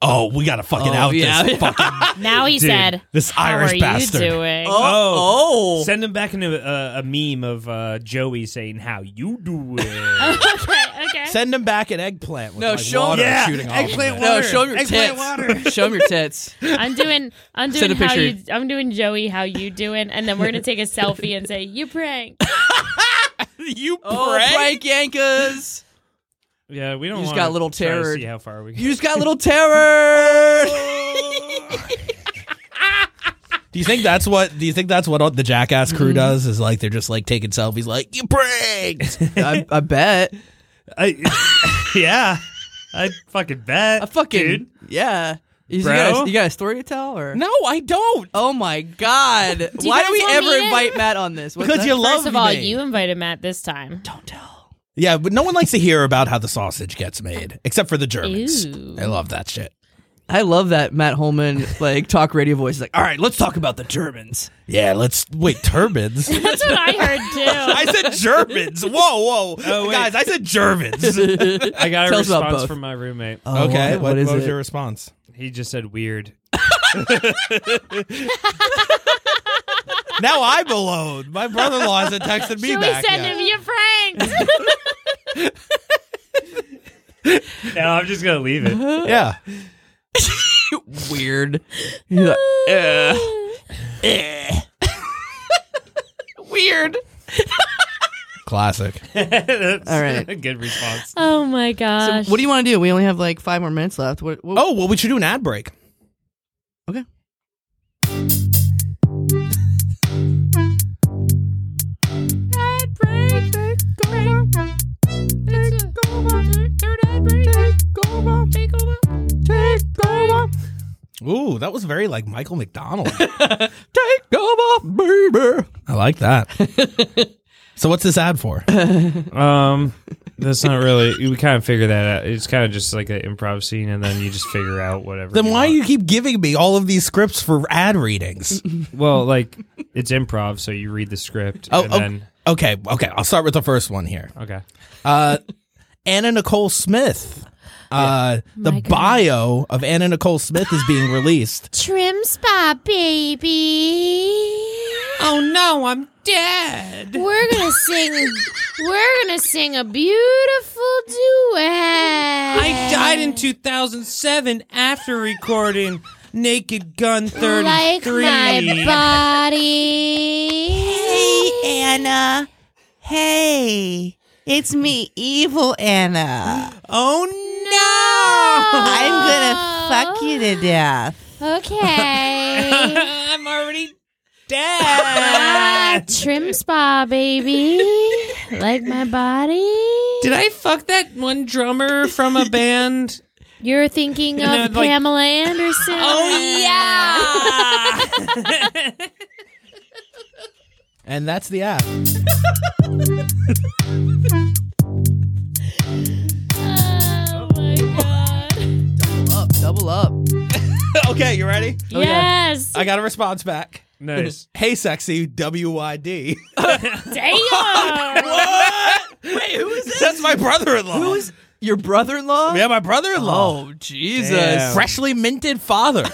Speaker 1: oh we gotta fucking
Speaker 4: Oh,
Speaker 1: out
Speaker 3: <laughs>
Speaker 4: yeah.
Speaker 1: this
Speaker 2: <laughs>
Speaker 1: fucking
Speaker 2: Now he
Speaker 3: Dude,
Speaker 2: said,
Speaker 1: this
Speaker 2: how
Speaker 1: Irish
Speaker 2: are
Speaker 1: bastard.
Speaker 2: you doing?
Speaker 4: oh,
Speaker 3: Send him back into a, a meme of uh, Joey saying, How you
Speaker 2: <laughs>
Speaker 3: doing? <laughs>
Speaker 2: okay, okay.
Speaker 1: Send him back an eggplant. With,
Speaker 4: No,
Speaker 1: like,
Speaker 4: show-
Speaker 1: water
Speaker 3: yeah.
Speaker 1: shooting off of
Speaker 3: Eggplant
Speaker 1: it.
Speaker 4: no!
Speaker 3: water.
Speaker 4: Show them your
Speaker 3: Eggplant
Speaker 4: tits. <laughs> show them your tits.
Speaker 2: I'm doing. I'm doing
Speaker 4: Send a
Speaker 2: how
Speaker 4: picture.
Speaker 2: you. I'm doing Joey. How you doing? And then we're gonna take a selfie and say you
Speaker 4: <laughs>
Speaker 2: prank.
Speaker 1: you
Speaker 4: Oh,
Speaker 1: prank.
Speaker 4: break Yankas.
Speaker 3: Yeah, we don't
Speaker 4: You just
Speaker 3: wanna
Speaker 4: got a little
Speaker 3: try to
Speaker 4: terror.
Speaker 3: see how far <laughs> we
Speaker 4: You just got little terror.
Speaker 1: Do you think that's what? Do you think that's what all the jackass crew does? Is like they're just like taking selfies, like you pranked.
Speaker 4: <laughs> I, I bet.
Speaker 3: <laughs> I, yeah. I fucking bet.
Speaker 4: I fucking
Speaker 3: Dude.
Speaker 4: yeah. You,
Speaker 3: Bro?
Speaker 4: got a, you got a story to tell or
Speaker 1: no, I don't.
Speaker 4: Oh my god!
Speaker 2: you
Speaker 4: Why
Speaker 2: guys
Speaker 4: do we
Speaker 2: want me
Speaker 4: ever
Speaker 2: in?
Speaker 4: invite Matt on this? What's
Speaker 1: Because
Speaker 4: that?
Speaker 1: you love
Speaker 2: First of all,
Speaker 1: me.
Speaker 2: you invited Matt this time.
Speaker 4: <laughs> don't tell.
Speaker 1: Yeah, but no one likes to hear about how the sausage gets made, except for the Germans.
Speaker 2: Ew.
Speaker 1: I love that shit.
Speaker 4: I love that Matt Holman like talk radio voice. He's like, all right, let's talk about the Germans.
Speaker 1: Yeah, let's wait. Turbans.
Speaker 2: <laughs> That's what I
Speaker 4: <laughs>
Speaker 2: heard too.
Speaker 1: I said Germans. Whoa, whoa,
Speaker 3: Oh, wait.
Speaker 1: guys! I said Germans.
Speaker 3: I got a
Speaker 4: Tell us about
Speaker 3: response
Speaker 4: both.
Speaker 3: from my roommate.
Speaker 4: Oh,
Speaker 1: okay, what,
Speaker 4: what is
Speaker 1: what was
Speaker 4: it?
Speaker 1: your response?
Speaker 3: He just said weird.
Speaker 1: Now I'm alone. My brother-in-law hasn't texted me
Speaker 2: Should we
Speaker 1: back
Speaker 2: send
Speaker 1: yet.
Speaker 2: him your pranks?
Speaker 3: No, I'm just gonna leave
Speaker 1: <laughs>
Speaker 3: it.
Speaker 1: yeah.
Speaker 4: Weird. He's like,
Speaker 2: <laughs>
Speaker 4: "Eh, eh." <laughs> Weird.
Speaker 1: Classic.
Speaker 3: That's
Speaker 4: All right.
Speaker 3: a good response.
Speaker 2: <laughs> oh my
Speaker 4: So
Speaker 2: gosh.
Speaker 4: what do you want to do? We only have like five more minutes left. What, what,
Speaker 1: Oh, well, we should do an ad break.
Speaker 4: Okay.
Speaker 1: Ooh, that was very like Michael McDonald.
Speaker 4: Take over, baby.
Speaker 1: I like that. so what's this ad for?
Speaker 3: Um, that's not really. We kind of figure that out. It's kind of just like an improv scene, and then you just figure out whatever.
Speaker 1: then why
Speaker 3: want.
Speaker 1: you keep giving me all of these scripts for ad readings?
Speaker 3: Well, like it's improv, so you read the script.
Speaker 1: Oh,
Speaker 3: and
Speaker 1: oh.
Speaker 3: then
Speaker 1: Okay, okay. I'll start with the first one here.
Speaker 3: Okay.
Speaker 1: Uh, Anna Nicole Smith. Uh, the
Speaker 2: My God.
Speaker 1: bio of Anna Nicole Smith is being released.
Speaker 2: Trim spot, baby.
Speaker 1: Oh no, I'm dead.
Speaker 2: We're gonna sing. We're gonna sing a beautiful duet.
Speaker 7: I died in 2007 after recording Naked Gun 33.
Speaker 2: like my body.
Speaker 8: Hey, Anna. Hey, it's me, Evil Anna.
Speaker 7: oh no!
Speaker 8: <laughs> I'm gonna fuck you to death.
Speaker 2: Okay.
Speaker 7: <laughs> I'm already dead.
Speaker 2: Ah, <laughs> trim spa, baby. like my body.
Speaker 7: Did I fuck that one drummer from a band?
Speaker 2: <laughs> You're thinking of
Speaker 7: know, like-
Speaker 2: Pamela Anderson.
Speaker 7: <laughs> Oh yeah!
Speaker 1: <laughs> And that's the
Speaker 2: <laughs>
Speaker 1: ad.
Speaker 2: Oh my god.
Speaker 4: Up, double up.
Speaker 1: <laughs> okay, you ready? <laughs>
Speaker 2: Yes.
Speaker 1: I got a response back.
Speaker 3: Nice.
Speaker 1: Hey, sexy WYD.
Speaker 2: Damn.
Speaker 1: Wait, who is this? <laughs> That's my brother-in-law.
Speaker 4: Who is your brother-in-law?
Speaker 1: <laughs> Yeah, my brother-in-law.
Speaker 4: Oh Jesus!
Speaker 3: Damn.
Speaker 1: Freshly minted father.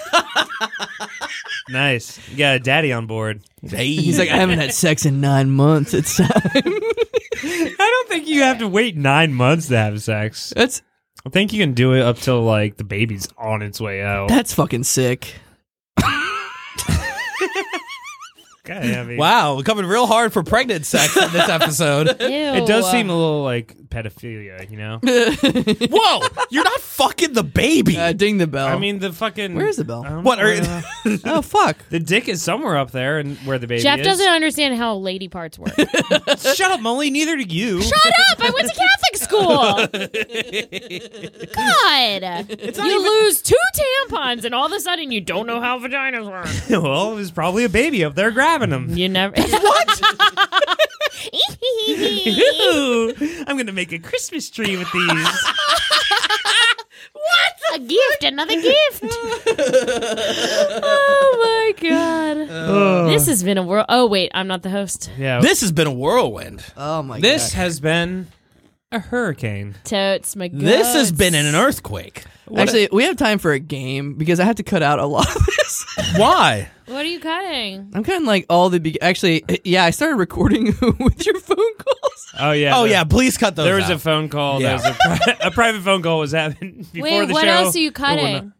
Speaker 3: nice. You got a daddy on board.
Speaker 4: He's like, I haven't had sex in nine months. It's <laughs> time.
Speaker 3: I don't think you have to wait nine months to have sex.
Speaker 4: That's
Speaker 3: I think you can do it up till like the baby's on its way out.
Speaker 4: that's
Speaker 3: <laughs>
Speaker 4: fucking sick. <laughs>
Speaker 3: God, I mean,
Speaker 1: wow, we're coming real hard for pregnant sex in this episode.
Speaker 3: It does seem a little like pedophilia, you know?
Speaker 1: <laughs> Whoa, you're not fucking the baby.
Speaker 4: Uh, ding the bell.
Speaker 3: I mean, the fucking.
Speaker 4: Where's the bell?
Speaker 3: I don't
Speaker 1: What
Speaker 3: know
Speaker 1: are-
Speaker 3: where
Speaker 1: <laughs>
Speaker 3: the-
Speaker 4: oh fuck.
Speaker 3: the dick is somewhere up there, and where the baby
Speaker 2: Jeff
Speaker 3: is.
Speaker 2: doesn't understand how lady parts work. Shut
Speaker 7: Shut up, Molly. Neither do you.
Speaker 2: up! I went to Catholic school. God, you lose two tampons, and all of a sudden you don't know how vaginas work.
Speaker 3: <laughs> well, there's probably a baby up there grabbing him. <laughs>
Speaker 2: You never. <laughs> what?
Speaker 3: Ooh, I'm gonna make a Christmas tree with
Speaker 2: <laughs>
Speaker 3: these.
Speaker 2: a gift, another gift. <laughs> oh my god. this has been a world. Oh wait, I'm not the host.
Speaker 3: yeah,
Speaker 1: This has been a whirlwind.
Speaker 4: Oh my.
Speaker 3: This
Speaker 4: God.
Speaker 3: has been a hurricane.
Speaker 2: Totes my goats.
Speaker 1: This has been in an earthquake.
Speaker 4: Actually, we have time for a game because I have to cut out a lot of <laughs> this.
Speaker 1: Why?
Speaker 2: What are you cutting?
Speaker 4: I'm kind of like all the be- actually, uh, yeah. I started recording <laughs> with your phone calls.
Speaker 3: Oh yeah.
Speaker 1: Oh
Speaker 3: the-
Speaker 1: yeah, please cut those.
Speaker 3: There was a
Speaker 1: out.
Speaker 3: phone call.
Speaker 1: Yeah.
Speaker 3: There was a, pri- <laughs> a private phone call was happening <laughs> before
Speaker 2: Wait,
Speaker 3: the
Speaker 2: what
Speaker 3: show.
Speaker 2: else are you
Speaker 3: But we're
Speaker 2: cutting?
Speaker 3: not-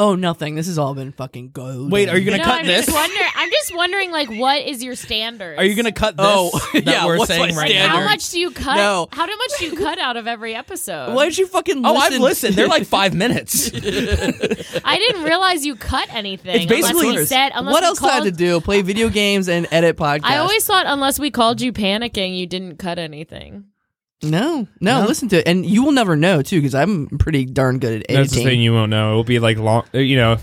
Speaker 4: Oh, nothing. This has all been fucking gold.
Speaker 1: Wait, are you gonna
Speaker 2: no,
Speaker 1: cut
Speaker 2: I'm
Speaker 1: this?
Speaker 2: just wondering. I'm just wondering, like, what is your standard?
Speaker 1: Are you gonna cut this?
Speaker 4: Oh,
Speaker 1: <laughs> that
Speaker 4: yeah,
Speaker 1: we're
Speaker 4: what's
Speaker 1: saying
Speaker 4: my
Speaker 1: right
Speaker 4: standard?
Speaker 2: How
Speaker 1: now.
Speaker 2: much do you cut?
Speaker 4: No.
Speaker 2: How do- much do you cut out of every episode?
Speaker 4: Why did you fucking?
Speaker 1: Oh,
Speaker 4: listen?
Speaker 1: I've listened. They're
Speaker 4: <laughs>
Speaker 1: like five <laughs> minutes.
Speaker 2: I didn't realize you cut anything.
Speaker 1: It's basically-
Speaker 2: unless we said, unless
Speaker 4: what
Speaker 2: we
Speaker 4: else do I have
Speaker 2: called-
Speaker 4: to do? Play video games and edit podcasts.
Speaker 2: I always thought unless we called you panicking, you didn't cut anything.
Speaker 4: no, no, Listen to it, and you will never know too, because I'm pretty darn good at editing.
Speaker 3: That's the thing you won't know. It will be like long. uh, You know,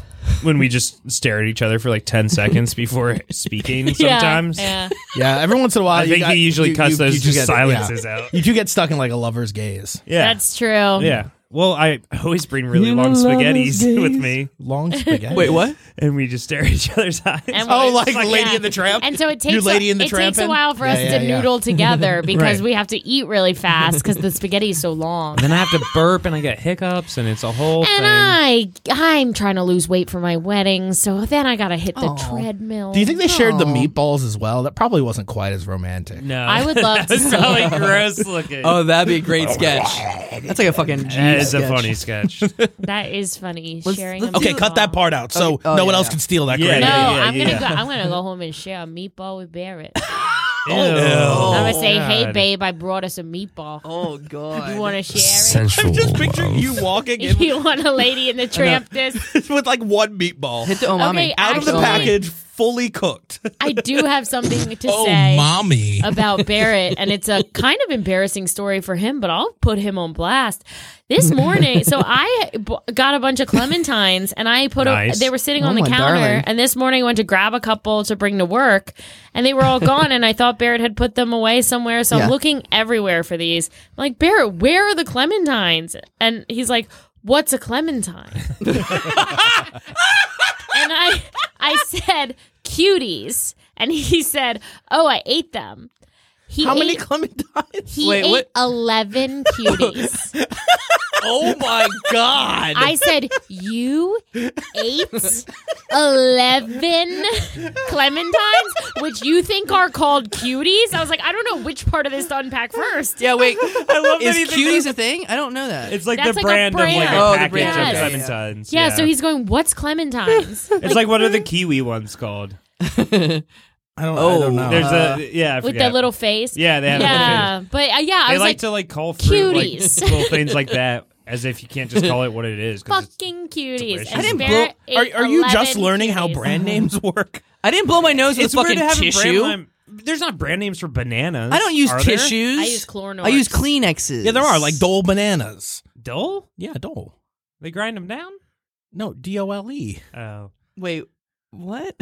Speaker 3: when we just stare at each other for like <laughs> 10 seconds before speaking sometimes.
Speaker 2: Yeah.
Speaker 1: <laughs> Yeah, every once in a while.
Speaker 3: I
Speaker 1: you
Speaker 3: think
Speaker 1: got-
Speaker 3: he usually
Speaker 1: you-
Speaker 3: cuts
Speaker 1: you-
Speaker 3: those
Speaker 1: you do
Speaker 3: just
Speaker 1: get-
Speaker 3: silences
Speaker 1: yeah.
Speaker 3: out.
Speaker 1: You do get stuck in like a lover's gaze.
Speaker 3: Yeah.
Speaker 2: That's true. Yeah.
Speaker 3: yeah. Well, I always bring really long spaghettis <laughs> with me,
Speaker 2: <laughs>
Speaker 1: Long spaghetti.
Speaker 4: Wait, what?
Speaker 3: and we just stare at each other's eyes.
Speaker 2: And
Speaker 1: Oh,
Speaker 2: we're
Speaker 1: like
Speaker 2: just
Speaker 1: Lady in the Tramp?
Speaker 2: And so it takes
Speaker 1: Your Lady
Speaker 2: a,
Speaker 1: in the
Speaker 2: it takes a
Speaker 1: Trampin'?
Speaker 2: while for
Speaker 1: Yeah,
Speaker 2: us
Speaker 1: yeah,
Speaker 2: to
Speaker 1: yeah.
Speaker 2: noodle
Speaker 1: <laughs>
Speaker 2: together because
Speaker 3: Right.
Speaker 2: we have to eat really fast because the spaghetti's
Speaker 1: <laughs>
Speaker 2: so long.
Speaker 3: then I have to burp, and I get hiccups, and it's a whole
Speaker 2: And uh, I, I'm trying to lose weight for my wedding, so then I gotta hit the treadmill.
Speaker 1: Do you think they shared the meatballs as well? That probably wasn't quite as romantic.
Speaker 3: no,
Speaker 2: I
Speaker 3: <laughs>
Speaker 2: would love to
Speaker 3: That's
Speaker 2: see
Speaker 3: probably
Speaker 2: it.
Speaker 3: gross looking.
Speaker 4: Oh, that'd be a <laughs> great sketch. That's like a fucking G
Speaker 3: that is
Speaker 4: sketch.
Speaker 3: a funny sketch.
Speaker 2: That is funny.
Speaker 4: Let's-
Speaker 2: sharing.
Speaker 4: let's
Speaker 2: a
Speaker 1: Okay,
Speaker 2: meatball.
Speaker 1: cut that part out so
Speaker 4: Okay. Oh,
Speaker 1: no
Speaker 4: yeah,
Speaker 1: one else
Speaker 4: yeah.
Speaker 1: can steal that.
Speaker 3: Yeah,
Speaker 1: great
Speaker 2: No,
Speaker 1: idea.
Speaker 2: I'm gonna
Speaker 3: yeah.
Speaker 2: go. I'm gonna go home and share a meatball with Barrett.
Speaker 3: Ew.
Speaker 2: I'm
Speaker 4: I'm
Speaker 2: gonna say, "Hey,
Speaker 3: God.
Speaker 2: babe, I brought us a meatball.
Speaker 4: Oh
Speaker 2: You
Speaker 4: god.
Speaker 2: want to share it?
Speaker 5: Sensual.
Speaker 1: Just picturing you walking in
Speaker 2: <laughs> you want a lady in the tramp this?
Speaker 1: with like one meatball
Speaker 4: Hit the umami.
Speaker 2: Okay,
Speaker 1: out of the
Speaker 2: actually-
Speaker 1: package, fully cooked.
Speaker 2: I do have something to
Speaker 5: Oh,
Speaker 2: say
Speaker 5: mommy.
Speaker 2: about Barrett, and it's a kind of embarrassing story for him, but I'll put him on blast. This morning, so I b- got a bunch of clementines, and I put
Speaker 3: Nice.
Speaker 2: a, they were sitting
Speaker 4: Oh,
Speaker 2: on the
Speaker 4: my
Speaker 2: counter,
Speaker 4: darling.
Speaker 2: and this morning I went to grab a couple to bring to work, and they were all gone, and I thought Barrett had put them away somewhere, so
Speaker 4: Yeah.
Speaker 2: I'm looking everywhere for these. I'm like Barrett, where are the clementines? And he's like, "What's a clementine?" and I I said cuties, and he said, "Oh, I ate them." He
Speaker 1: How many
Speaker 2: ate-
Speaker 1: clementines?
Speaker 2: He
Speaker 4: Wait,
Speaker 2: ate
Speaker 4: what?
Speaker 3: <laughs>
Speaker 2: eleven cuties.
Speaker 1: Oh my god!
Speaker 2: I said, "You ate eleven clementines, which you think are called cuties." I was like, "I don't know which part of this to unpack first.
Speaker 4: Yeah,
Speaker 2: <laughs>
Speaker 4: wait.
Speaker 3: I love that
Speaker 4: Is
Speaker 3: he thinks
Speaker 4: cuties a thing? I don't know that.
Speaker 3: It's like
Speaker 2: That's
Speaker 3: the
Speaker 2: like a
Speaker 3: brand, of like
Speaker 2: brand.
Speaker 3: a
Speaker 4: Oh, the
Speaker 3: package
Speaker 2: brand.
Speaker 3: of
Speaker 4: Yes.
Speaker 3: clementines.
Speaker 2: Yeah, so he's going, "What's
Speaker 3: <laughs>
Speaker 2: clementines?"
Speaker 3: It's like, what are the kiwi ones called?
Speaker 1: I don't,
Speaker 4: Oh,
Speaker 1: know.
Speaker 3: There's
Speaker 1: Uh,
Speaker 3: a yeah I
Speaker 2: with
Speaker 3: forget.
Speaker 2: the little face.
Speaker 3: yeah they have a
Speaker 2: yeah. But uh, yeah, I
Speaker 3: they
Speaker 2: was
Speaker 3: like,
Speaker 2: like,
Speaker 3: to like call fruit like,
Speaker 2: "Cuties."
Speaker 3: little things like that as if you can't just call it what it is. 'cause it's-
Speaker 2: "Fucking cuties."
Speaker 3: delicious.
Speaker 2: And
Speaker 3: I didn't
Speaker 2: Barrett
Speaker 1: are,
Speaker 2: ate
Speaker 1: are you just
Speaker 2: 11
Speaker 1: learning how
Speaker 2: cuties.
Speaker 1: brand names work?
Speaker 4: I didn't blow my nose with
Speaker 3: It's weird
Speaker 4: fucking
Speaker 3: to have a brand
Speaker 4: tissue.
Speaker 3: name. There's not brand names for bananas.
Speaker 4: I don't use
Speaker 3: are there?
Speaker 4: tissues.
Speaker 2: I use Clorox.
Speaker 4: I use Kleenexes.
Speaker 1: Yeah, there are like Dole bananas.
Speaker 3: Dole?
Speaker 1: Yeah, Dole.
Speaker 3: They grind them down?
Speaker 1: No, D O L E.
Speaker 3: Oh,
Speaker 4: Wait, what?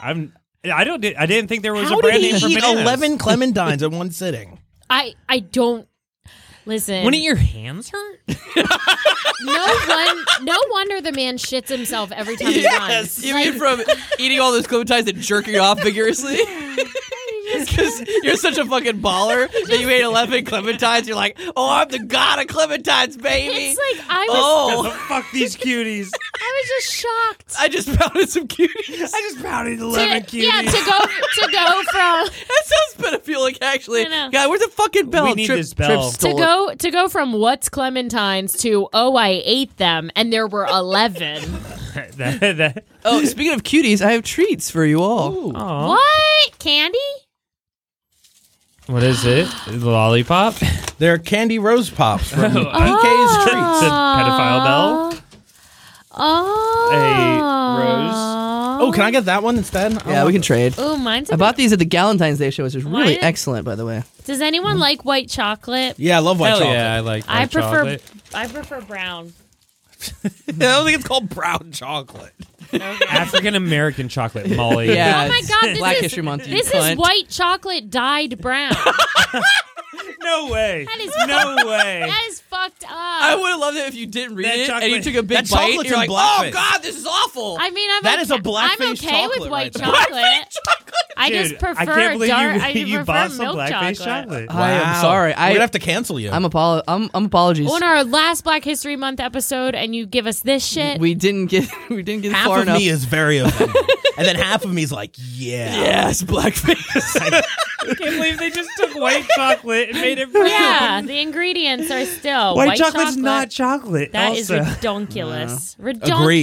Speaker 3: I'm. I don't. I didn't think there was
Speaker 1: How
Speaker 3: a
Speaker 1: did
Speaker 3: brand
Speaker 1: he
Speaker 3: name for
Speaker 1: eat
Speaker 3: bananas. <laughs>
Speaker 1: eleven clementines in one sitting?
Speaker 2: I I don't listen.
Speaker 3: Wouldn't your hands hurt?
Speaker 2: no one, no wonder the man shits himself every time he runs.
Speaker 4: you
Speaker 2: Like,
Speaker 4: mean from eating all those clementines and jerking off
Speaker 2: <laughs>
Speaker 4: vigorously? Because you're such a fucking baller
Speaker 2: <laughs>
Speaker 4: that you ate 11 clementines. You're like, oh, I'm the god of clementines, baby.
Speaker 2: it's like I was,
Speaker 4: oh,
Speaker 3: fuck these cuties. <laughs>
Speaker 2: I was just shocked.
Speaker 4: I just <laughs> founded some cuties.
Speaker 3: I just pounded
Speaker 2: To-
Speaker 3: eleven cuties.
Speaker 2: yeah, to go to go from
Speaker 4: That sounds pedophilic, actually.
Speaker 2: I know.
Speaker 4: God, where's the fucking bell?
Speaker 3: We need
Speaker 4: Trip-
Speaker 3: this bell.
Speaker 4: Trip
Speaker 2: to
Speaker 4: stole it.
Speaker 2: go to go from what's clementines to oh I ate them and there were eleven.
Speaker 3: that, that,
Speaker 4: Oh, speaking of cuties, I have treats for you all.
Speaker 3: aw.
Speaker 2: what candy?
Speaker 3: what is it? The lollipop?
Speaker 1: They're candy rose pops from PK's
Speaker 2: Oh.
Speaker 1: Treats.
Speaker 3: The pedophile
Speaker 2: Ah.
Speaker 3: bell?
Speaker 2: Oh,
Speaker 3: Hey,
Speaker 1: Oh, can I get that one instead?
Speaker 4: Yeah, we can trade.
Speaker 2: Oh, mine's.
Speaker 4: I
Speaker 2: a
Speaker 4: bought
Speaker 2: bit-
Speaker 4: these at the Galentine's Day show, which is really
Speaker 2: Why?
Speaker 4: excellent, by the way.
Speaker 2: Does anyone like white chocolate?
Speaker 1: Yeah, I love white chocolate.
Speaker 3: I like.
Speaker 2: I prefer. <laughs> I prefer brown.
Speaker 1: <laughs> I don't think it's called brown chocolate.
Speaker 3: African American chocolate, Molly.
Speaker 4: Yeah.
Speaker 2: Oh my
Speaker 4: it's
Speaker 2: god! This
Speaker 4: Black
Speaker 2: is,
Speaker 4: History Month, you
Speaker 2: This
Speaker 4: cunt.
Speaker 2: is white chocolate dyed
Speaker 3: <laughs>
Speaker 2: brown.
Speaker 3: <laughs> No way.
Speaker 2: That is-
Speaker 3: no way.
Speaker 2: that is fucked up.
Speaker 4: I
Speaker 2: I
Speaker 4: would have loved it if you didn't read
Speaker 3: That
Speaker 4: it and you
Speaker 3: chocolate-
Speaker 4: took a big
Speaker 1: that
Speaker 4: bite. And
Speaker 1: chocolate's
Speaker 4: you're like,
Speaker 1: in
Speaker 4: oh
Speaker 1: blackface."
Speaker 4: god, this is awful. <laughs>
Speaker 2: mean, I'm
Speaker 1: That
Speaker 2: okay.
Speaker 1: is a
Speaker 2: I'm
Speaker 1: blackface
Speaker 2: okay with
Speaker 1: chocolate
Speaker 2: white
Speaker 1: right there.
Speaker 2: chocolate. I
Speaker 3: Dude,
Speaker 2: just prefer
Speaker 3: I can't believe
Speaker 2: dark. I
Speaker 3: <laughs> you, you
Speaker 2: prefer
Speaker 3: bought some
Speaker 2: milk
Speaker 3: blackface
Speaker 2: chocolate.
Speaker 3: chocolate.
Speaker 4: I am sorry.
Speaker 1: We're
Speaker 4: I
Speaker 1: gonna have to cancel you.
Speaker 4: I'm apolo- I'm, I'm apologies.
Speaker 2: On our last Black History Month episode, and you give us this shit.
Speaker 4: we didn't get <laughs> we didn't get
Speaker 1: half
Speaker 4: far
Speaker 1: of
Speaker 4: enough.
Speaker 1: me is very offended, and then half of me is like, yeah.
Speaker 4: yes, blackface.
Speaker 3: I can't believe they just took white chocolate and made it brown. <laughs>
Speaker 2: yeah, the ingredients are still
Speaker 3: White,
Speaker 2: white,
Speaker 3: chocolate's
Speaker 2: chocolate.
Speaker 3: not chocolate.
Speaker 2: That is
Speaker 3: also.
Speaker 2: redonkulous.
Speaker 1: Agreed.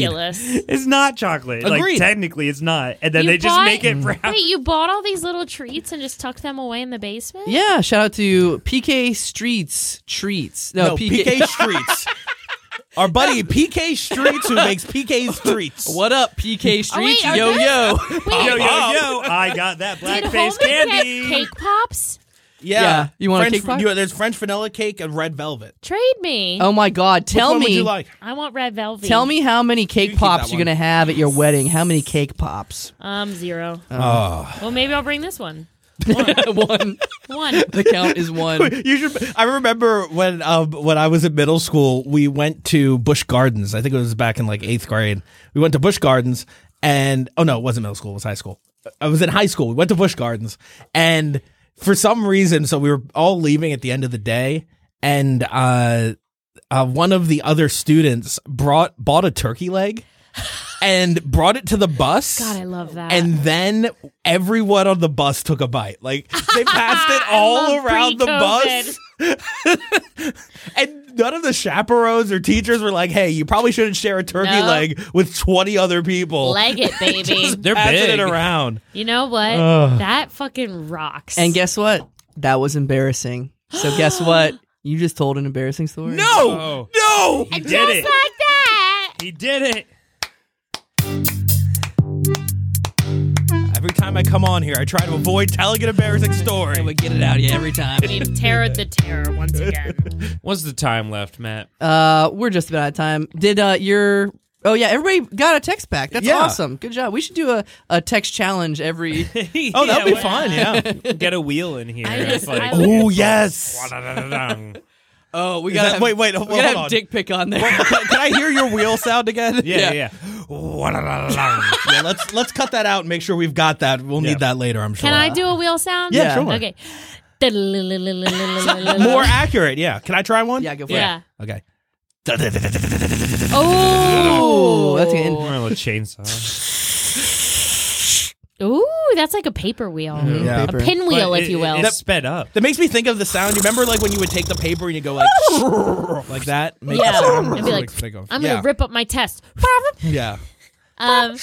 Speaker 2: Redonkulous.
Speaker 3: <laughs> It's not chocolate. Like
Speaker 1: Agreed.
Speaker 3: technically, it's not. And then
Speaker 2: You
Speaker 3: they just
Speaker 2: bought-
Speaker 3: make it brown. <laughs>
Speaker 2: Wait, you bought all these little treats and just tucked them away in the basement?
Speaker 4: <laughs> yeah, shout out to PK Streets Treats. No,
Speaker 1: No, PK,
Speaker 4: <laughs>
Speaker 1: Streets. Our buddy PK Streets, who makes
Speaker 4: <laughs>
Speaker 1: PK's Treats.
Speaker 4: What up, PK Streets?
Speaker 2: Oh, wait, are
Speaker 4: yo
Speaker 2: those-
Speaker 4: yo.
Speaker 2: Wait,
Speaker 3: Oh. yo yo yo! I got
Speaker 2: <laughs>
Speaker 3: that
Speaker 2: Did
Speaker 3: blackface
Speaker 2: Holman get
Speaker 3: candy.
Speaker 2: cake pops?
Speaker 1: Yeah.
Speaker 4: Yeah. You want a
Speaker 1: French,
Speaker 4: cake pie?
Speaker 1: you- There's French vanilla cake and red velvet.
Speaker 2: Trade me.
Speaker 4: <laughs> Oh my God! Tell
Speaker 1: Which one
Speaker 4: me,
Speaker 1: would you like?
Speaker 2: I want red velvet.
Speaker 4: tell me how many cake
Speaker 1: keep
Speaker 4: pops
Speaker 1: that
Speaker 4: you're
Speaker 1: one.
Speaker 4: gonna have at <laughs> your wedding. How many cake pops?
Speaker 2: Um, zero.
Speaker 1: Oh.
Speaker 2: Well, maybe I'll bring this one.
Speaker 4: <laughs> <laughs> one.
Speaker 2: One.
Speaker 4: <laughs> The count is one.
Speaker 1: You should. I remember when um, when I was in middle school, we went to Bush Gardens. I think it was back in like eighth grade. We went to Bush Gardens, and oh no, it wasn't middle school. It was high school. I was in high school. We went to Bush Gardens, and for some reason, so we were all leaving at the end of the day, and uh, uh, one of the other students brought bought a turkey leg. And brought it to the bus.
Speaker 2: God, I love that.
Speaker 1: And then everyone on the bus took a bite. Like they passed it
Speaker 2: <laughs> I
Speaker 1: all
Speaker 2: love
Speaker 1: around the bus. <laughs> And none of the chaperones or teachers were like, "Hey, you probably shouldn't share a turkey
Speaker 2: No.
Speaker 1: leg with twenty other people."
Speaker 2: <laughs> Leg it,
Speaker 4: <laughs>
Speaker 2: baby.
Speaker 3: They're
Speaker 1: passing it
Speaker 3: big.
Speaker 1: around.
Speaker 2: you know what? That fucking rocks.
Speaker 4: And guess what? That was embarrassing. So <gasps> guess what? You just told an embarrassing story.
Speaker 2: Oh.
Speaker 1: No, no.
Speaker 3: He did
Speaker 2: just
Speaker 3: it.
Speaker 2: like that.
Speaker 3: He did it.
Speaker 1: Every time I come on here, I try to avoid telling an embarrassing story.
Speaker 4: we get it out of you every time.
Speaker 2: We've terrored the terror once again.
Speaker 3: What's the time left, Matt?
Speaker 4: Uh, we're just about out of time. Did uh your oh yeah, everybody got a text back. That's
Speaker 1: Yeah.
Speaker 4: awesome. Good job. We should do a, a text challenge every.
Speaker 1: Oh, that'd be
Speaker 3: Yeah,
Speaker 1: fun.
Speaker 3: <laughs>
Speaker 1: Yeah.
Speaker 3: we- <laughs> Get a wheel in here.
Speaker 2: I
Speaker 3: It's
Speaker 2: just-
Speaker 3: like,
Speaker 2: I love-
Speaker 1: oh
Speaker 3: <laughs>
Speaker 1: yes.
Speaker 3: wa-da-da-da-dang.
Speaker 4: <laughs> oh, we
Speaker 1: Is
Speaker 4: gotta
Speaker 1: that-
Speaker 4: have,
Speaker 1: wait, wait.
Speaker 4: we gotta
Speaker 1: hold
Speaker 4: have
Speaker 1: on.
Speaker 4: dick pic on there.
Speaker 1: Can can I hear your wheel sound again?
Speaker 3: yeah,
Speaker 4: Yeah.
Speaker 3: yeah. <laughs>
Speaker 1: Yeah, let's let's cut that out and make sure we've got that. We'll
Speaker 3: Yeah.
Speaker 1: need that later, I'm sure.
Speaker 2: Can I do a wheel sound?
Speaker 1: Yeah, sure.
Speaker 2: Okay.
Speaker 1: more
Speaker 2: More.
Speaker 1: accurate? Yeah. Can I try one?
Speaker 4: <laughs> yeah, go for it.
Speaker 2: Uh, Yeah.
Speaker 1: Okay. <laughs>
Speaker 2: Oh,
Speaker 4: Ooh, that's good.
Speaker 3: More like a chainsaw.
Speaker 2: Ooh, that's like a paper wheel,
Speaker 1: Yeah.
Speaker 2: a pinwheel,
Speaker 3: But
Speaker 2: if you
Speaker 3: it-
Speaker 2: will.
Speaker 3: It's sped up.
Speaker 1: That makes me think of the sound. You remember, like when you would take the paper and you
Speaker 2: <laughs>
Speaker 1: go like like that. Make
Speaker 2: Yeah.
Speaker 1: the sound.
Speaker 2: It'd be
Speaker 1: That's what
Speaker 2: like,
Speaker 1: makes me think of.
Speaker 2: I'm
Speaker 1: yeah.
Speaker 2: gonna rip up my test.
Speaker 1: Yeah.
Speaker 2: Um,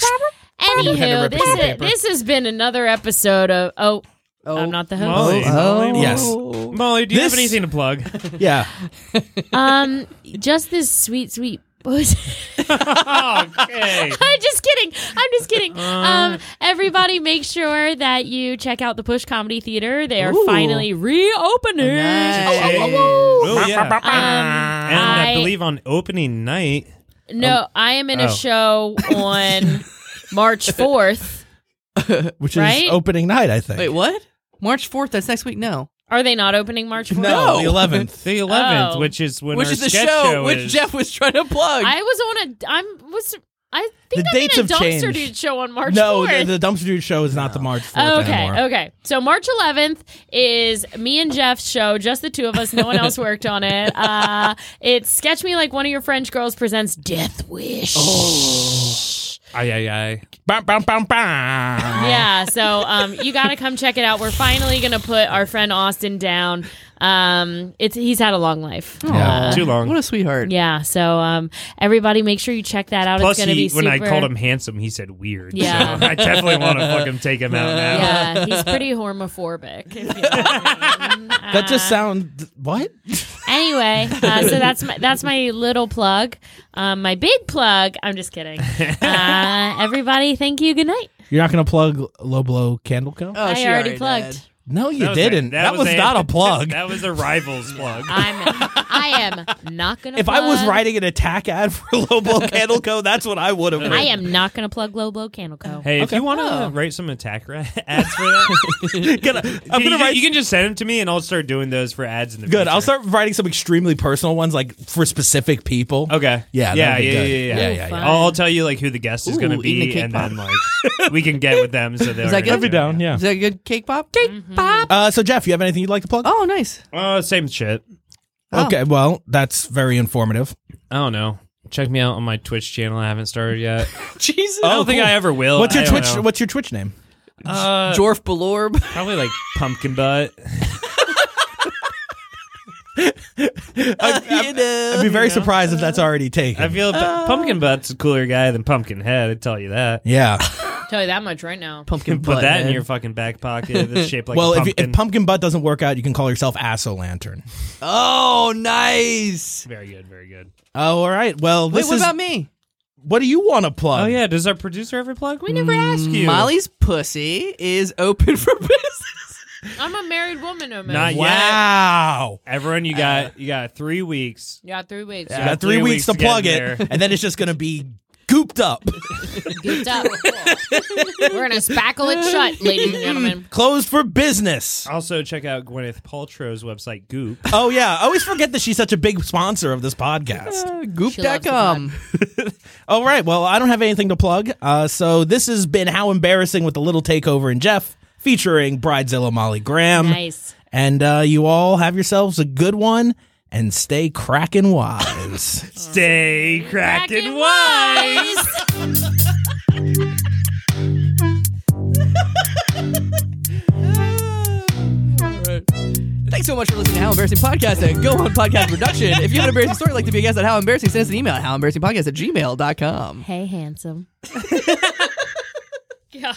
Speaker 1: Kinda
Speaker 2: anywho,
Speaker 1: rip
Speaker 2: this
Speaker 1: it in
Speaker 2: is,
Speaker 1: paper.
Speaker 2: this has been another episode of oh,
Speaker 4: Oh,
Speaker 2: I'm not the
Speaker 3: Molly.
Speaker 2: host.
Speaker 4: Oh,
Speaker 1: Yes.
Speaker 3: Molly, do you
Speaker 1: This-
Speaker 3: have anything to <laughs> plug?
Speaker 1: Yeah.
Speaker 2: Um, just this sweet, sweet. Bush.
Speaker 3: okay.
Speaker 2: <laughs> I'm just kidding. I'm just
Speaker 1: Uh.
Speaker 2: kidding. Um, everybody, make sure that you check out the Push Comedy Theater. They are
Speaker 4: Ooh.
Speaker 2: finally reopening.
Speaker 4: Nice.
Speaker 3: Oh, yeah.
Speaker 2: Um,
Speaker 3: And I,
Speaker 2: I-
Speaker 3: believe on opening night,
Speaker 2: No,
Speaker 1: Um,
Speaker 2: I am in a
Speaker 3: oh.
Speaker 2: show on
Speaker 1: <laughs>
Speaker 2: March 4th.
Speaker 1: Which
Speaker 2: Right?
Speaker 1: is opening night, I think.
Speaker 4: Wait, what? March fourth. That's next week. No,
Speaker 2: Are they not opening March 4th?
Speaker 1: No, the eleventh.
Speaker 3: the 11th,
Speaker 2: Oh.
Speaker 3: which is when
Speaker 4: which
Speaker 3: our
Speaker 4: is the
Speaker 3: sketch is.
Speaker 4: show, which Jeff was trying to plug.
Speaker 2: I was on a I'm was I think
Speaker 1: The
Speaker 2: I'm
Speaker 1: dates
Speaker 2: in a
Speaker 1: have
Speaker 2: dumpster
Speaker 1: changed.
Speaker 2: dude show on <laughs> March
Speaker 1: No,
Speaker 2: 4th.
Speaker 1: the, the dumpster dude show is not the March fourth
Speaker 2: Oh, okay,
Speaker 1: anymore.
Speaker 2: okay. So March 11th is me and Jeff's show, just the two of us. No one else worked
Speaker 1: <laughs>
Speaker 2: on it. Uh, it's Sketch Me Like One of Your French Girls presents Death Wish.
Speaker 1: Oh.
Speaker 3: Ay, ay, ay.
Speaker 1: Bam, bam, bam,
Speaker 2: <laughs>
Speaker 1: bam.
Speaker 2: Yeah, so um, you got to come check it out. We're finally gonna put our friend Austin down. Um, it's he's had a long life.
Speaker 1: Yeah.
Speaker 3: Too long.
Speaker 4: what a sweetheart.
Speaker 2: Yeah, so um, everybody make sure you check that out.
Speaker 3: Plus,
Speaker 2: it's gonna
Speaker 3: he,
Speaker 2: be super,
Speaker 3: when I called him handsome, he said weird.
Speaker 2: Yeah.
Speaker 3: So <laughs> I definitely want
Speaker 4: <laughs>
Speaker 3: to fucking take him out now.
Speaker 2: Yeah, he's pretty homophobic. if you know what I mean.
Speaker 1: That just
Speaker 2: Uh,
Speaker 1: sounds what?
Speaker 2: anyway, uh, so that's my that's my little plug. Um, my big plug. I'm just kidding. Uh, everybody, thank you. Good night.
Speaker 1: You're not gonna plug Low Blow Candle Co.
Speaker 4: Oh,
Speaker 2: I
Speaker 4: she
Speaker 2: already plugged.
Speaker 4: did.
Speaker 1: no, you
Speaker 3: That was a-
Speaker 1: didn't. that, was, <laughs>
Speaker 3: a- <laughs>
Speaker 1: not a plug.
Speaker 3: That was a rival's plug.
Speaker 2: I'm I am not gonna.
Speaker 1: if I was
Speaker 2: plug-
Speaker 1: writing an attack ad <laughs> for Low Blow Candle Co, that's what I would have.
Speaker 2: I am not gonna plug Low Blow Candle Co.
Speaker 3: Hey, if you want to write some attack ra- <laughs> ads for that,
Speaker 1: Gonna, I'm
Speaker 3: you,
Speaker 1: gonna
Speaker 3: can-
Speaker 1: write
Speaker 3: you can just send them to me, and I'll start doing those for ads in the
Speaker 1: Good.
Speaker 3: future.
Speaker 1: I'll start writing some extremely personal ones, like for specific people.
Speaker 3: Okay.
Speaker 1: Yeah,
Speaker 3: Yeah.
Speaker 1: that'd be
Speaker 3: Yeah, yeah,
Speaker 1: good.
Speaker 3: yeah.
Speaker 1: Yeah,
Speaker 2: yeah, yeah. Fun.
Speaker 3: I'll, I'll tell you like who the guest is going to
Speaker 4: Ooh, eating a
Speaker 3: be,
Speaker 4: cake
Speaker 3: and
Speaker 4: pop.
Speaker 3: then like we can get with them. So they'll
Speaker 4: that good?
Speaker 1: I'd be down. Yeah.
Speaker 4: Is that a good cake pop? Cake pop.
Speaker 1: Uh, so Jeff, you have anything you'd like to plug?
Speaker 4: Oh,
Speaker 3: <laughs>
Speaker 4: nice.
Speaker 3: Uh, same shit.
Speaker 4: Oh.
Speaker 1: Okay. Well, that's very informative.
Speaker 3: I don't know. Check me out on my Twitch channel. I haven't started <laughs> yet.
Speaker 4: Jesus.
Speaker 3: I don't think I ever will.
Speaker 1: What's your
Speaker 3: I don't
Speaker 1: Twitch?
Speaker 3: know.
Speaker 1: What's your Twitch name?
Speaker 3: Uh,
Speaker 4: Jorf
Speaker 3: <laughs>
Speaker 4: Belorb.
Speaker 3: probably like pumpkin butt.
Speaker 4: <laughs> you know.
Speaker 1: I'd be very surprised if that's already taken.
Speaker 3: <laughs> I feel pu- pumpkin butt's a cooler guy than pumpkin head. I tell you that.
Speaker 1: yeah.
Speaker 2: Tell you that much right now.
Speaker 4: Pumpkin
Speaker 3: Put
Speaker 4: butt
Speaker 3: that in
Speaker 4: head.
Speaker 3: your fucking back pocket. <laughs> That's shaped like
Speaker 1: well, if,
Speaker 3: a pumpkin.
Speaker 1: if pumpkin butt doesn't work out, you can call yourself Asso Lantern.
Speaker 4: Oh, nice.
Speaker 3: very good, very good.
Speaker 1: Oh, all right. Well,
Speaker 4: Wait,
Speaker 1: this
Speaker 4: what
Speaker 1: is.
Speaker 4: about me?
Speaker 1: what do you want to plug?
Speaker 3: Oh yeah,
Speaker 1: Mm,
Speaker 3: does our producer ever plug? We never ask you.
Speaker 4: Molly's pussy is open for <laughs> business.
Speaker 2: I'm a married woman, Omen.
Speaker 3: Not yet.
Speaker 1: Wow.
Speaker 3: Everyone, you got you got three weeks.
Speaker 2: Yeah, three weeks.
Speaker 1: You got three,
Speaker 3: Three
Speaker 1: weeks,
Speaker 3: weeks
Speaker 1: to
Speaker 3: to get
Speaker 1: plug
Speaker 3: in
Speaker 1: it,
Speaker 3: there.
Speaker 1: and then it's just going to be gooped <laughs> up,
Speaker 2: Gooped up. We're gonna spackle it shut, ladies and gentlemen.
Speaker 1: closed for
Speaker 3: <laughs>
Speaker 1: business.
Speaker 3: Also, check out Gwyneth Paltrow's website, Goop.
Speaker 1: Oh yeah, I always forget that she's such a big sponsor of this podcast.
Speaker 2: She loves the
Speaker 4: Goop.com.
Speaker 1: All right, well, I don't have anything to plug. Uh, so this has been how embarrassing with the little takeover and Jeff featuring Bridezilla Molly Graham.
Speaker 2: Nice.
Speaker 1: And uh, you all have yourselves a good one and stay crackin' wise.
Speaker 3: Stay cracked and wise.
Speaker 4: Thanks so much for listening to How Embarrassing Podcast and Go On Podcast Production. If you have an embarrassing story, like to be a guest at How Embarrassing, send us an email at howembarrassingpodcast at gmail.com.
Speaker 2: Hey, handsome. <laughs> God.